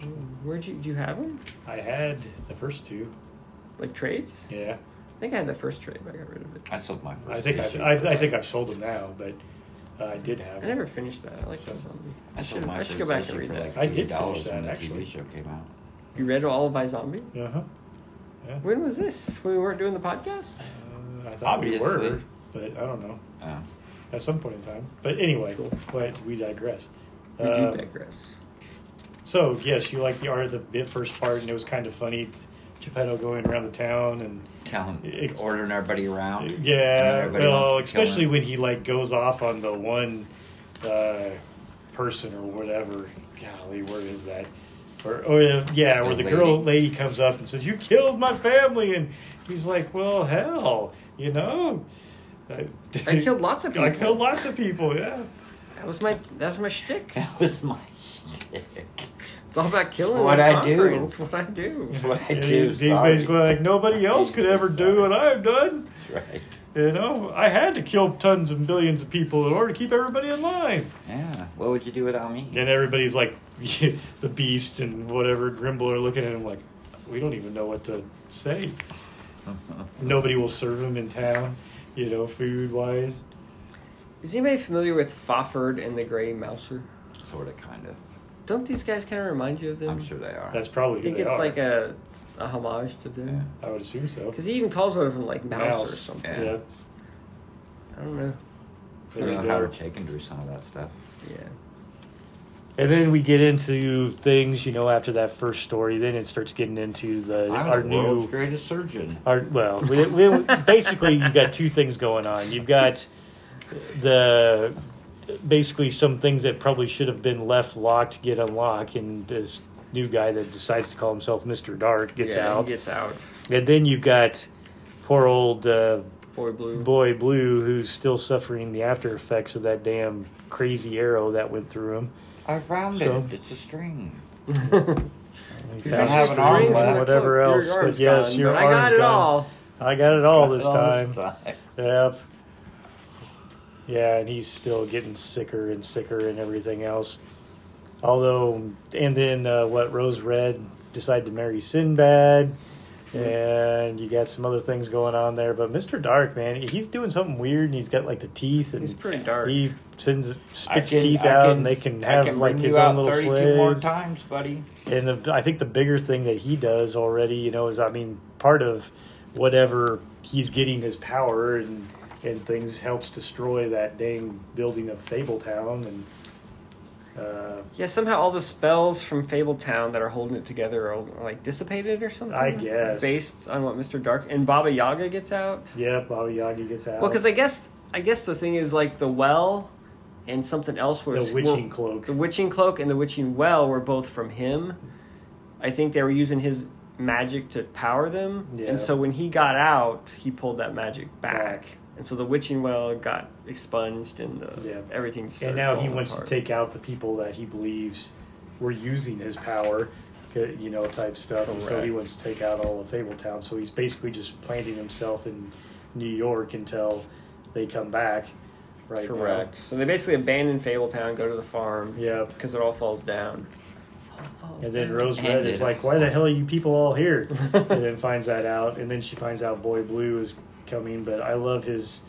C: them.
A: Where'd you do you have them?
C: I had the first two.
A: Like trades?
C: Yeah,
A: I think I had the first trade, but I got rid of it.
B: I sold my first
C: I think I've,
B: issue.
C: I, I think I've sold them now, but uh, I did have.
A: I
C: them.
A: never finished that. I like
C: So-
A: iZombie.
B: I
A: I
B: sold
A: should,
B: my
A: I should
B: first
A: go back and
B: issue
A: read
B: for
A: that.
B: like
C: I
B: $80
C: did finish that,
B: when the
C: actually.
B: TV show came out.
A: You read all of iZombie?
C: Uh-huh. Yeah.
A: When was this? When we weren't doing the podcast?
C: Uh, I thought we were,
B: Obviously.
C: but I don't know.
B: Uh,
C: At some point in time. But anyway,
A: Cool.
C: but we digress.
A: We
B: Uh,
C: Um,
A: do digress.
C: So yes, you liked the art of the bit first part, and it was kind of funny. Geppetto going around the town and
B: telling,
C: Ex-
B: ordering everybody around. and then
C: Yeah,
B: everybody
C: well,
B: wants to kill
C: especially
B: him.
C: when he like goes off on the one uh, person or whatever. Golly, where is that? Or, or uh, yeah, where
B: The
C: the girl
B: lady.
C: lady comes up and says, "You killed my family," and he's like, "Well, hell, you know." I,
A: I killed lots of
C: I
A: people.
C: killed lots of people. Yeah,
A: That was my that was my shtick.
B: That was my shtick.
A: It's all about killing.
B: What
A: and
B: I do.
A: conquering. It's what I do.
B: That's what I
C: And
B: do.
C: he's, he's
B: sorry.
C: basically like nobody else could
B: Jesus,
C: ever do
B: sorry.
C: what I've done.
B: Right.
C: You know, I had to kill tons and billions of people in order to keep everybody in line.
B: Yeah. What would you do without me?
C: And everybody's like, the beast and whatever Grimble are looking at him like, we don't even know what to say. Nobody will serve him in town, you know, food wise.
A: Is anybody familiar with Fofford and the Gray Mouser?
B: sort of, kind of.
A: Don't these guys kind of remind you of them?
B: I'm sure they are.
C: That's
A: I
C: probably who
A: think
C: they
A: it's
C: are.
A: like a, a homage to
B: Yeah.
A: them.
C: I would assume so.
A: Because he even calls one of them like Mouse, or
C: Mouse.
A: something.
C: Yeah.
B: Yeah.
A: I don't know.
B: I
C: There you
B: know
C: go.
B: Howard Chaykin drew some of that stuff.
A: Yeah.
C: And then we get into things, you know, after that first story. Then it starts getting into the
B: I'm
C: our
B: the
C: new. Uh,
B: world's greatest surgeon.
C: Our, well, we, we, basically, you've got two things going on. You've got the basically some things that probably should have been left locked get unlocked, and this new guy that decides to call himself Mister Dark gets
A: yeah,
C: out,
A: He gets out.
C: and then you've got poor old uh,
A: Boy Blue.
C: boy Blue who's still suffering the after effects of that damn crazy arrow that went through him.
B: I found
C: So-
B: it. It's a string.
C: And he
A: He's like,
C: found
B: have an
A: "Strings
B: arm
A: in
B: left.
A: my
B: Look,
A: cloak. Your
C: whatever else, but
A: arm's
C: yes,
A: gone,
C: your
A: but I got
C: arm's
A: it
C: gone.
A: all.
C: I got it all this
B: All
C: time.
B: this time.
C: Yep. Yeah, and he's still getting sicker and sicker and everything else. Although, and then uh, what? Rose Red decided to marry Sinbad,
B: Hmm.
C: and you got some other things going on there. But Mister Dark, man, he's doing something weird, and he's got like the teeth, and
A: He's pretty dark.
C: He sends
B: I
C: spits
B: can,
C: teeth
B: I
C: out, and they
B: s-
C: can
B: I
C: have
B: can
C: like
B: bring
C: his
B: you
C: own
B: out
C: little
B: 32 more
C: sleds.
B: times, buddy.
C: And the, I think the bigger thing that he does already, you know, is I mean, part of whatever he's getting his power and and things helps destroy that dang building of Fabletown and. Uh,
A: Yeah, somehow all the spells from Fable Town that are holding it together are like dissipated or something.
C: I guess.
A: Based on what Mr. Dark and Baba Yaga gets out.
C: yeah, Baba Yaga gets out.
A: Well, because I guess I guess the thing is like the well and something else was
C: the witching cloak.
A: The witching cloak and the witching well were both from him. I think they were using his magic to power them,
C: Yeah.
A: and so when he got out, he pulled that magic back,
C: Back.
A: and so the witching well got expunged and the,
C: Yeah.
A: everything. Just
C: and
A: started
C: now he
A: falling
C: wants
A: apart.
C: to take out the people that he believes were using his power, uh, you know, type stuff. And so he
A: Correct.
C: wants to take out all of Fabletown. So he's basically just planting himself in New York until they come back. Right. now.
A: Correct. So they basically abandon Fabletown, go to the farm.
C: Yeah.
A: Because it all falls down.
C: And then Rose
B: And
C: Red is
B: it-
C: like, "Why the hell are you people all here?" and then finds that out, and then she finds out Boy Blue is coming. But I love his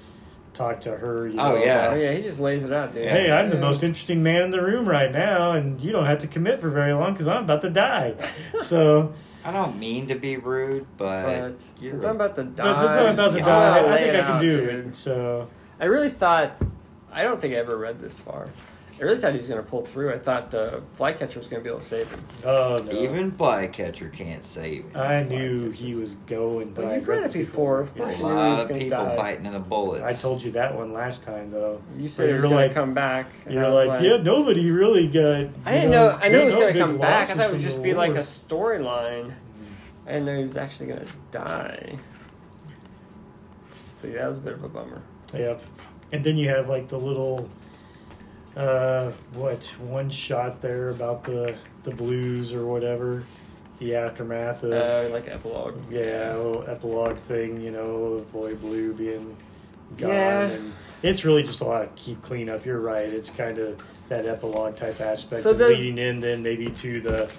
C: talk to her. You
B: Oh,
C: know,
B: yeah.
A: Oh,
C: about,
A: yeah, he just lays it out, dude.
C: Hey, I'm the most interesting man in the room right now, and you don't have to commit for very long because I'm about to die. So,
B: I don't mean to be rude, but,
A: But
B: you're
A: since
B: a-
A: I'm about to die,
C: but since I'm about to
A: I'm
C: die,
A: gonna
C: I
A: lay
C: think
A: it
C: I can
A: out,
C: do
A: dude.
C: it. So,
A: I really thought. I don't think I ever read this far. I really thought he was going to pull through. I thought uh, Flycatcher was going to be able to save him.
C: oh no,
B: even Flycatcher can't save him.
C: I knew he was going. But
A: Well,
C: I
A: you've
C: read
A: read it
C: this
A: before, of
B: A
A: course.
C: Yes.
A: He was
B: lot of
A: gonna
B: people
A: die.
B: biting in the bullets.
C: I told you that one last time though.
A: You
C: But
A: said he
C: you're
A: was going
C: like-
A: to come back. and I
C: You're
A: was
C: like, yeah, nobody really got. you
A: I didn't know. I knew
C: we
A: it was
C: know
A: going to
C: big
A: come back. I
C: losses
A: thought it would
C: from
A: just
C: the
A: be like a
C: war.
A: storyline. I didn't know he was actually going to die. So yeah, that was a bit of a bummer.
C: Yep. And then you have like the little, uh, what one shot there about the the blues or whatever, the aftermath of
A: Uh, like epilogue.
C: yeah, a little epilogue thing, you know, of boy blue being gone
A: Yeah.
C: and it's really just a lot of keep clean up. You're right. It's kind of that epilogue type aspect
A: So
C: of
A: does-
C: leading in then maybe to the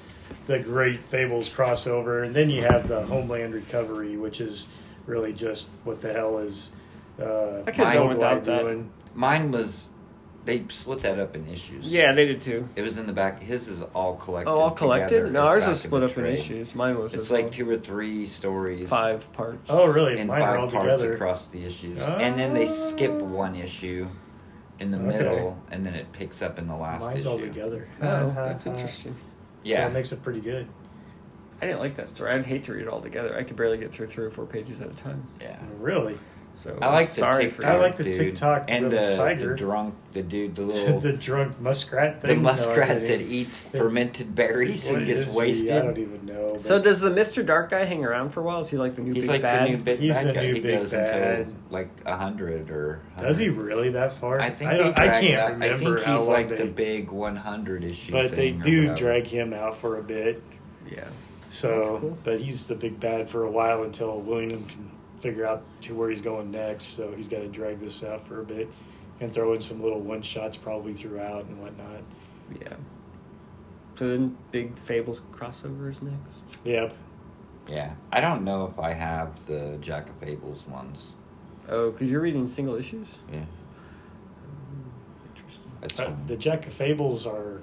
C: the great fables crossover and then you have the homeland recovery which is really just what the hell is uh
D: I could've
C: Mogwai
D: done without that.
C: doing.
B: Mine was they split that up in issues.
A: Yeah, they did too.
B: It was in the back. His is all collected.
A: Oh, all collected?
B: together
A: No,
B: at the
A: ours
B: back
A: was
B: of
A: split
B: the
A: up in
B: trade.
A: issues. Mine was.
B: It's
A: as
B: like
A: well.
B: two or three stories.
A: five parts.
C: oh really
B: in
C: mine are
B: five
C: all
B: parts
C: together Ah.
B: across the issues, and then they skip one issue in the
C: Okay.
B: middle, and then it picks up in the last
C: mine's
B: issue.
C: all together
A: Oh, that's interesting.
B: Yeah,
C: so it makes it pretty good
A: I didn't like that story. I'd hate to read it all together. I could barely get through three or four pages at a time.
B: yeah.
C: really
A: So
B: I like the
A: sorry
B: TikTok.
A: for
C: I like the
B: dude.
C: TikTok
B: and
C: little
B: the,
C: tiger.
B: the drunk, the dude, the little,
C: the
B: the,
C: drunk muskrat thing No, I
B: muskrat
C: don't
B: that
C: even-
B: eats fermented berries
C: What
B: and gets
C: is he? i don't
B: wasted.
C: even know
A: So
C: but-
A: does the Mister Dark guy hang around for a while? Is he like the new
B: He's
A: big
B: like
A: bad?
B: the new big
C: He's
B: bad
C: the
B: guy.
C: new
B: he
C: big
B: goes
C: bad.
B: until like a hundred or.
C: does he
B: 100.
C: really that far
B: I think
C: i,
B: they
C: don't, I
B: drag
C: can't
B: that-
C: remember
B: I think he's
C: how long
B: like
C: they
B: the big 100 issue.
C: but they
B: thing or
C: do
B: whatever.
C: drag him out for a bit.
A: yeah. That's
C: So,
A: cool.
C: but he's the big bad for a while until William can figure out to where he's going next. So he's got to drag this out for a bit and throw in some little one shots probably throughout and whatnot.
A: Yeah. So then, big Fables crossovers next.
C: Yep.
B: Yeah, I don't know if I have the Jack of Fables ones.
A: Oh, because you're reading single issues.
B: Yeah,
A: Interesting.
B: that's
C: Uh,
B: fine.
C: the Jack of Fables are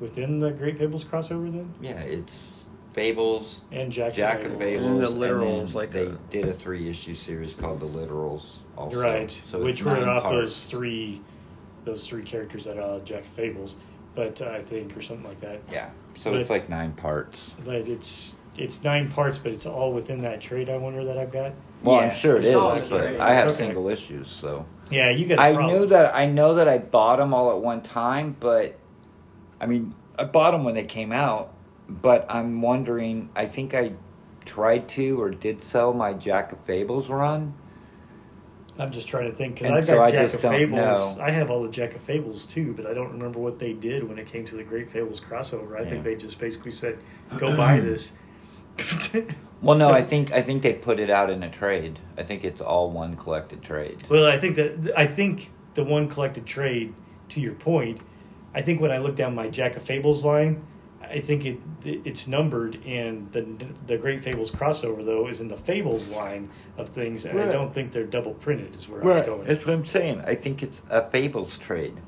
C: within the Great Fables crossover then,
B: yeah, it's Fables,
C: and Jack,
B: Jack of Fables,
A: And the
B: and
A: literals,
B: then
A: like
B: they
A: a-
B: did a three-issue series called the Literals. Also,
C: right?
B: So
C: Which
B: it's
C: were
B: nine
C: off
B: parts.
C: those three, those three characters that are Jack of Fables, but uh, I think or something like that.
B: Yeah, so
C: But-
B: it's like nine parts.
C: But it's it's nine parts, but it's all within that trade. I wonder that I've got.
B: Well,
A: Yeah.
B: I'm sure it
A: It's not
B: is,
A: like
B: but
A: you're-
B: I have
C: Okay.
B: single issues, so.
C: Yeah, you got. a
B: I
C: problem.
B: knew that I know that I bought them all at one time, but I mean, I bought them when they came out, but I'm wondering, I think I tried to or did sell my Jack of Fables run.
C: I'm just trying to think because
B: And
C: I've
B: so
C: got
B: I
C: Jack
B: just
C: of
B: don't
C: Fables.
B: know.
C: I have all the Jack of Fables too, but I don't remember what they did when it came to the Great Fables crossover. I
B: Yeah.
C: think they just basically said, "Go buy this."
B: Well, no, I think I think they put it out in a trade. I think it's all one collected trade.
C: Well, I think that I think the one collected trade. To your point, I think when I look down my Jack of Fables line, I think it it's numbered, and the the Great Fables crossover though is in the Fables line of things, and I
B: Right.
C: don't think they're double printed. Is where I was going.
B: That's what I'm saying. I think it's a Fables trade.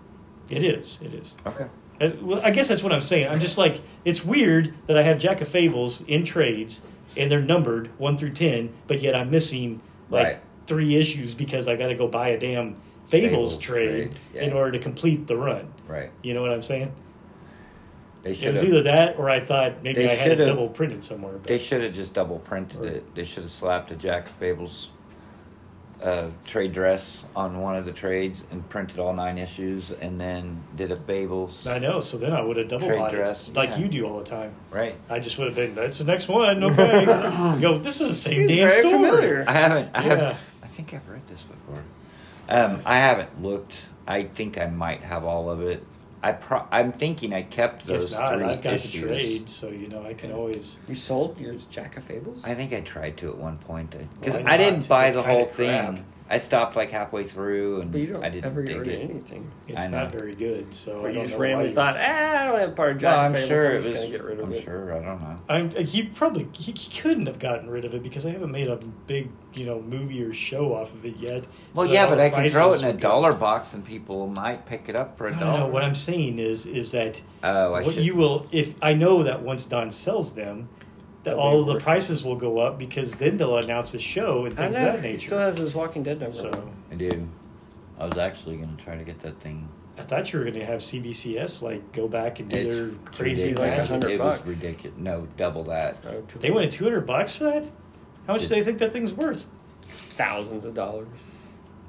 C: It is. It is.
B: Okay.
C: Uh, Well, I guess that's what I'm saying. I'm just like it's weird that I have Jack of Fables in trades and they're numbered one through ten, but yet I'm missing like
B: Right.
C: three issues because I got to go buy a damn Fables,
B: Fables
C: trade,
B: trade, yeah.
C: in order to complete the run.
B: Right.
C: You know what I'm saying?
B: They
C: It was
B: should've-
C: either that or I thought maybe
B: They
C: I had it
B: should've-
C: double printed somewhere. But
B: They should have just double printed it. They should have slapped a Jack Fables uh, trade dress on one of the trades and printed all nine issues, and then did a Fables
C: I know. So then I would have double
B: Trade
C: bought
B: dress,
C: it like
B: yeah.
C: you do all the time.
B: right.
C: I just would have been. That's the next one. Okay. Go. This is the same
A: Seems
C: damn
A: very
C: story.
A: familiar.
B: I haven't. I
C: Yeah.
B: have. I think I've read this before. Um, I haven't looked. I think I might have all of it. I pro- I'm thinking I kept those
C: If not,
B: three
C: I've got
B: issues.
C: the trade, so you know I can always.
A: You sold your Jack of Fables.
B: I think I tried to at one point because
C: Why
B: I didn't
C: not?
B: buy
C: It's
B: the
C: kinda
B: whole thing.
C: crap.
B: I stopped like halfway through, and
A: but you don't
B: I didn't
A: ever
B: dig
A: get rid
B: it.
A: of anything.
C: It's
B: I
C: not
B: know.
C: very good, so
A: Or
C: I
A: you
C: don't
A: just
C: know why
A: randomly
C: you-
A: thought, ah, I don't have part of
B: No,
A: Jack
B: I'm
A: of Fables.
B: sure
A: I'm
B: it
A: just
B: was.
A: gonna get rid of
B: I'm
A: it.
B: sure. I don't know.
C: I'm, uh, he probably he, he couldn't have gotten rid of it because I haven't made a big you know movie or show off of it yet.
B: Well,
C: so
B: yeah,
C: all
B: but
C: the
B: I can throw it
C: prices
B: in a
C: would go-
B: dollar box and people might pick it up for a
C: No,
B: dollar.
C: no, no. What I'm saying is, is that
B: oh, I
C: what
B: should.
C: you will if I know that once Don sells them, that
A: They'll be
C: all of the
A: worth it.
C: prices will go up because then they'll announce a show Oh, and
A: I
C: things of
A: know.
C: that
A: He still
C: nature.
A: has his Walking Dead number.
C: So
B: I do. I was actually going to try to get that thing.
C: I thought you were going to have CBCS like go back and do
B: It's
C: their crazy
A: ridiculous.
C: magic.
A: $100
B: It
A: bucks.
B: was ridiculous. No, double that.
A: Oh, two-
C: They wanted 200 bucks for that? How much do
B: Did-
C: they think that thing's worth?
A: thousands of dollars.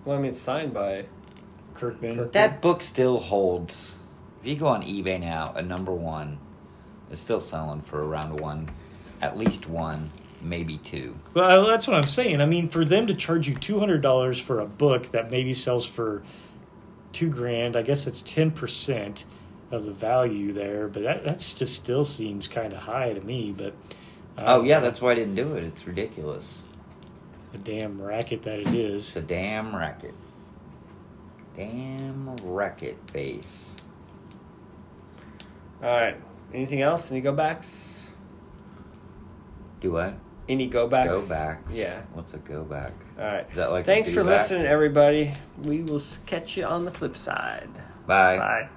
A: Well, I mean, it's signed by.
C: Kirkman.
A: Kirk-
B: That book still holds. If you go on eBay now, a number one is still selling for around one, at least one, maybe two.
C: Well, uh, that's what I'm saying. I mean, for them to charge you $200 for a book that maybe sells for two grand, I guess it's 10% of the value there, but that that's just still seems kind of high to me. But uh, I
B: Oh
C: don't
B: yeah,
C: know.
B: that's why I didn't do it. It's ridiculous.
C: the damn racket that it
B: It's
C: is.
B: a damn racket. Damn wreck it face.
A: All right. Anything else? Any go backs?
B: Do what?
A: Any go backs?
B: Go back.
A: Yeah.
B: What's a go back?
A: All right.
B: Is that like a
A: Thanks for
B: do-back?
A: listening, everybody. We will s- catch you on the flip side.
B: Bye.
A: Bye.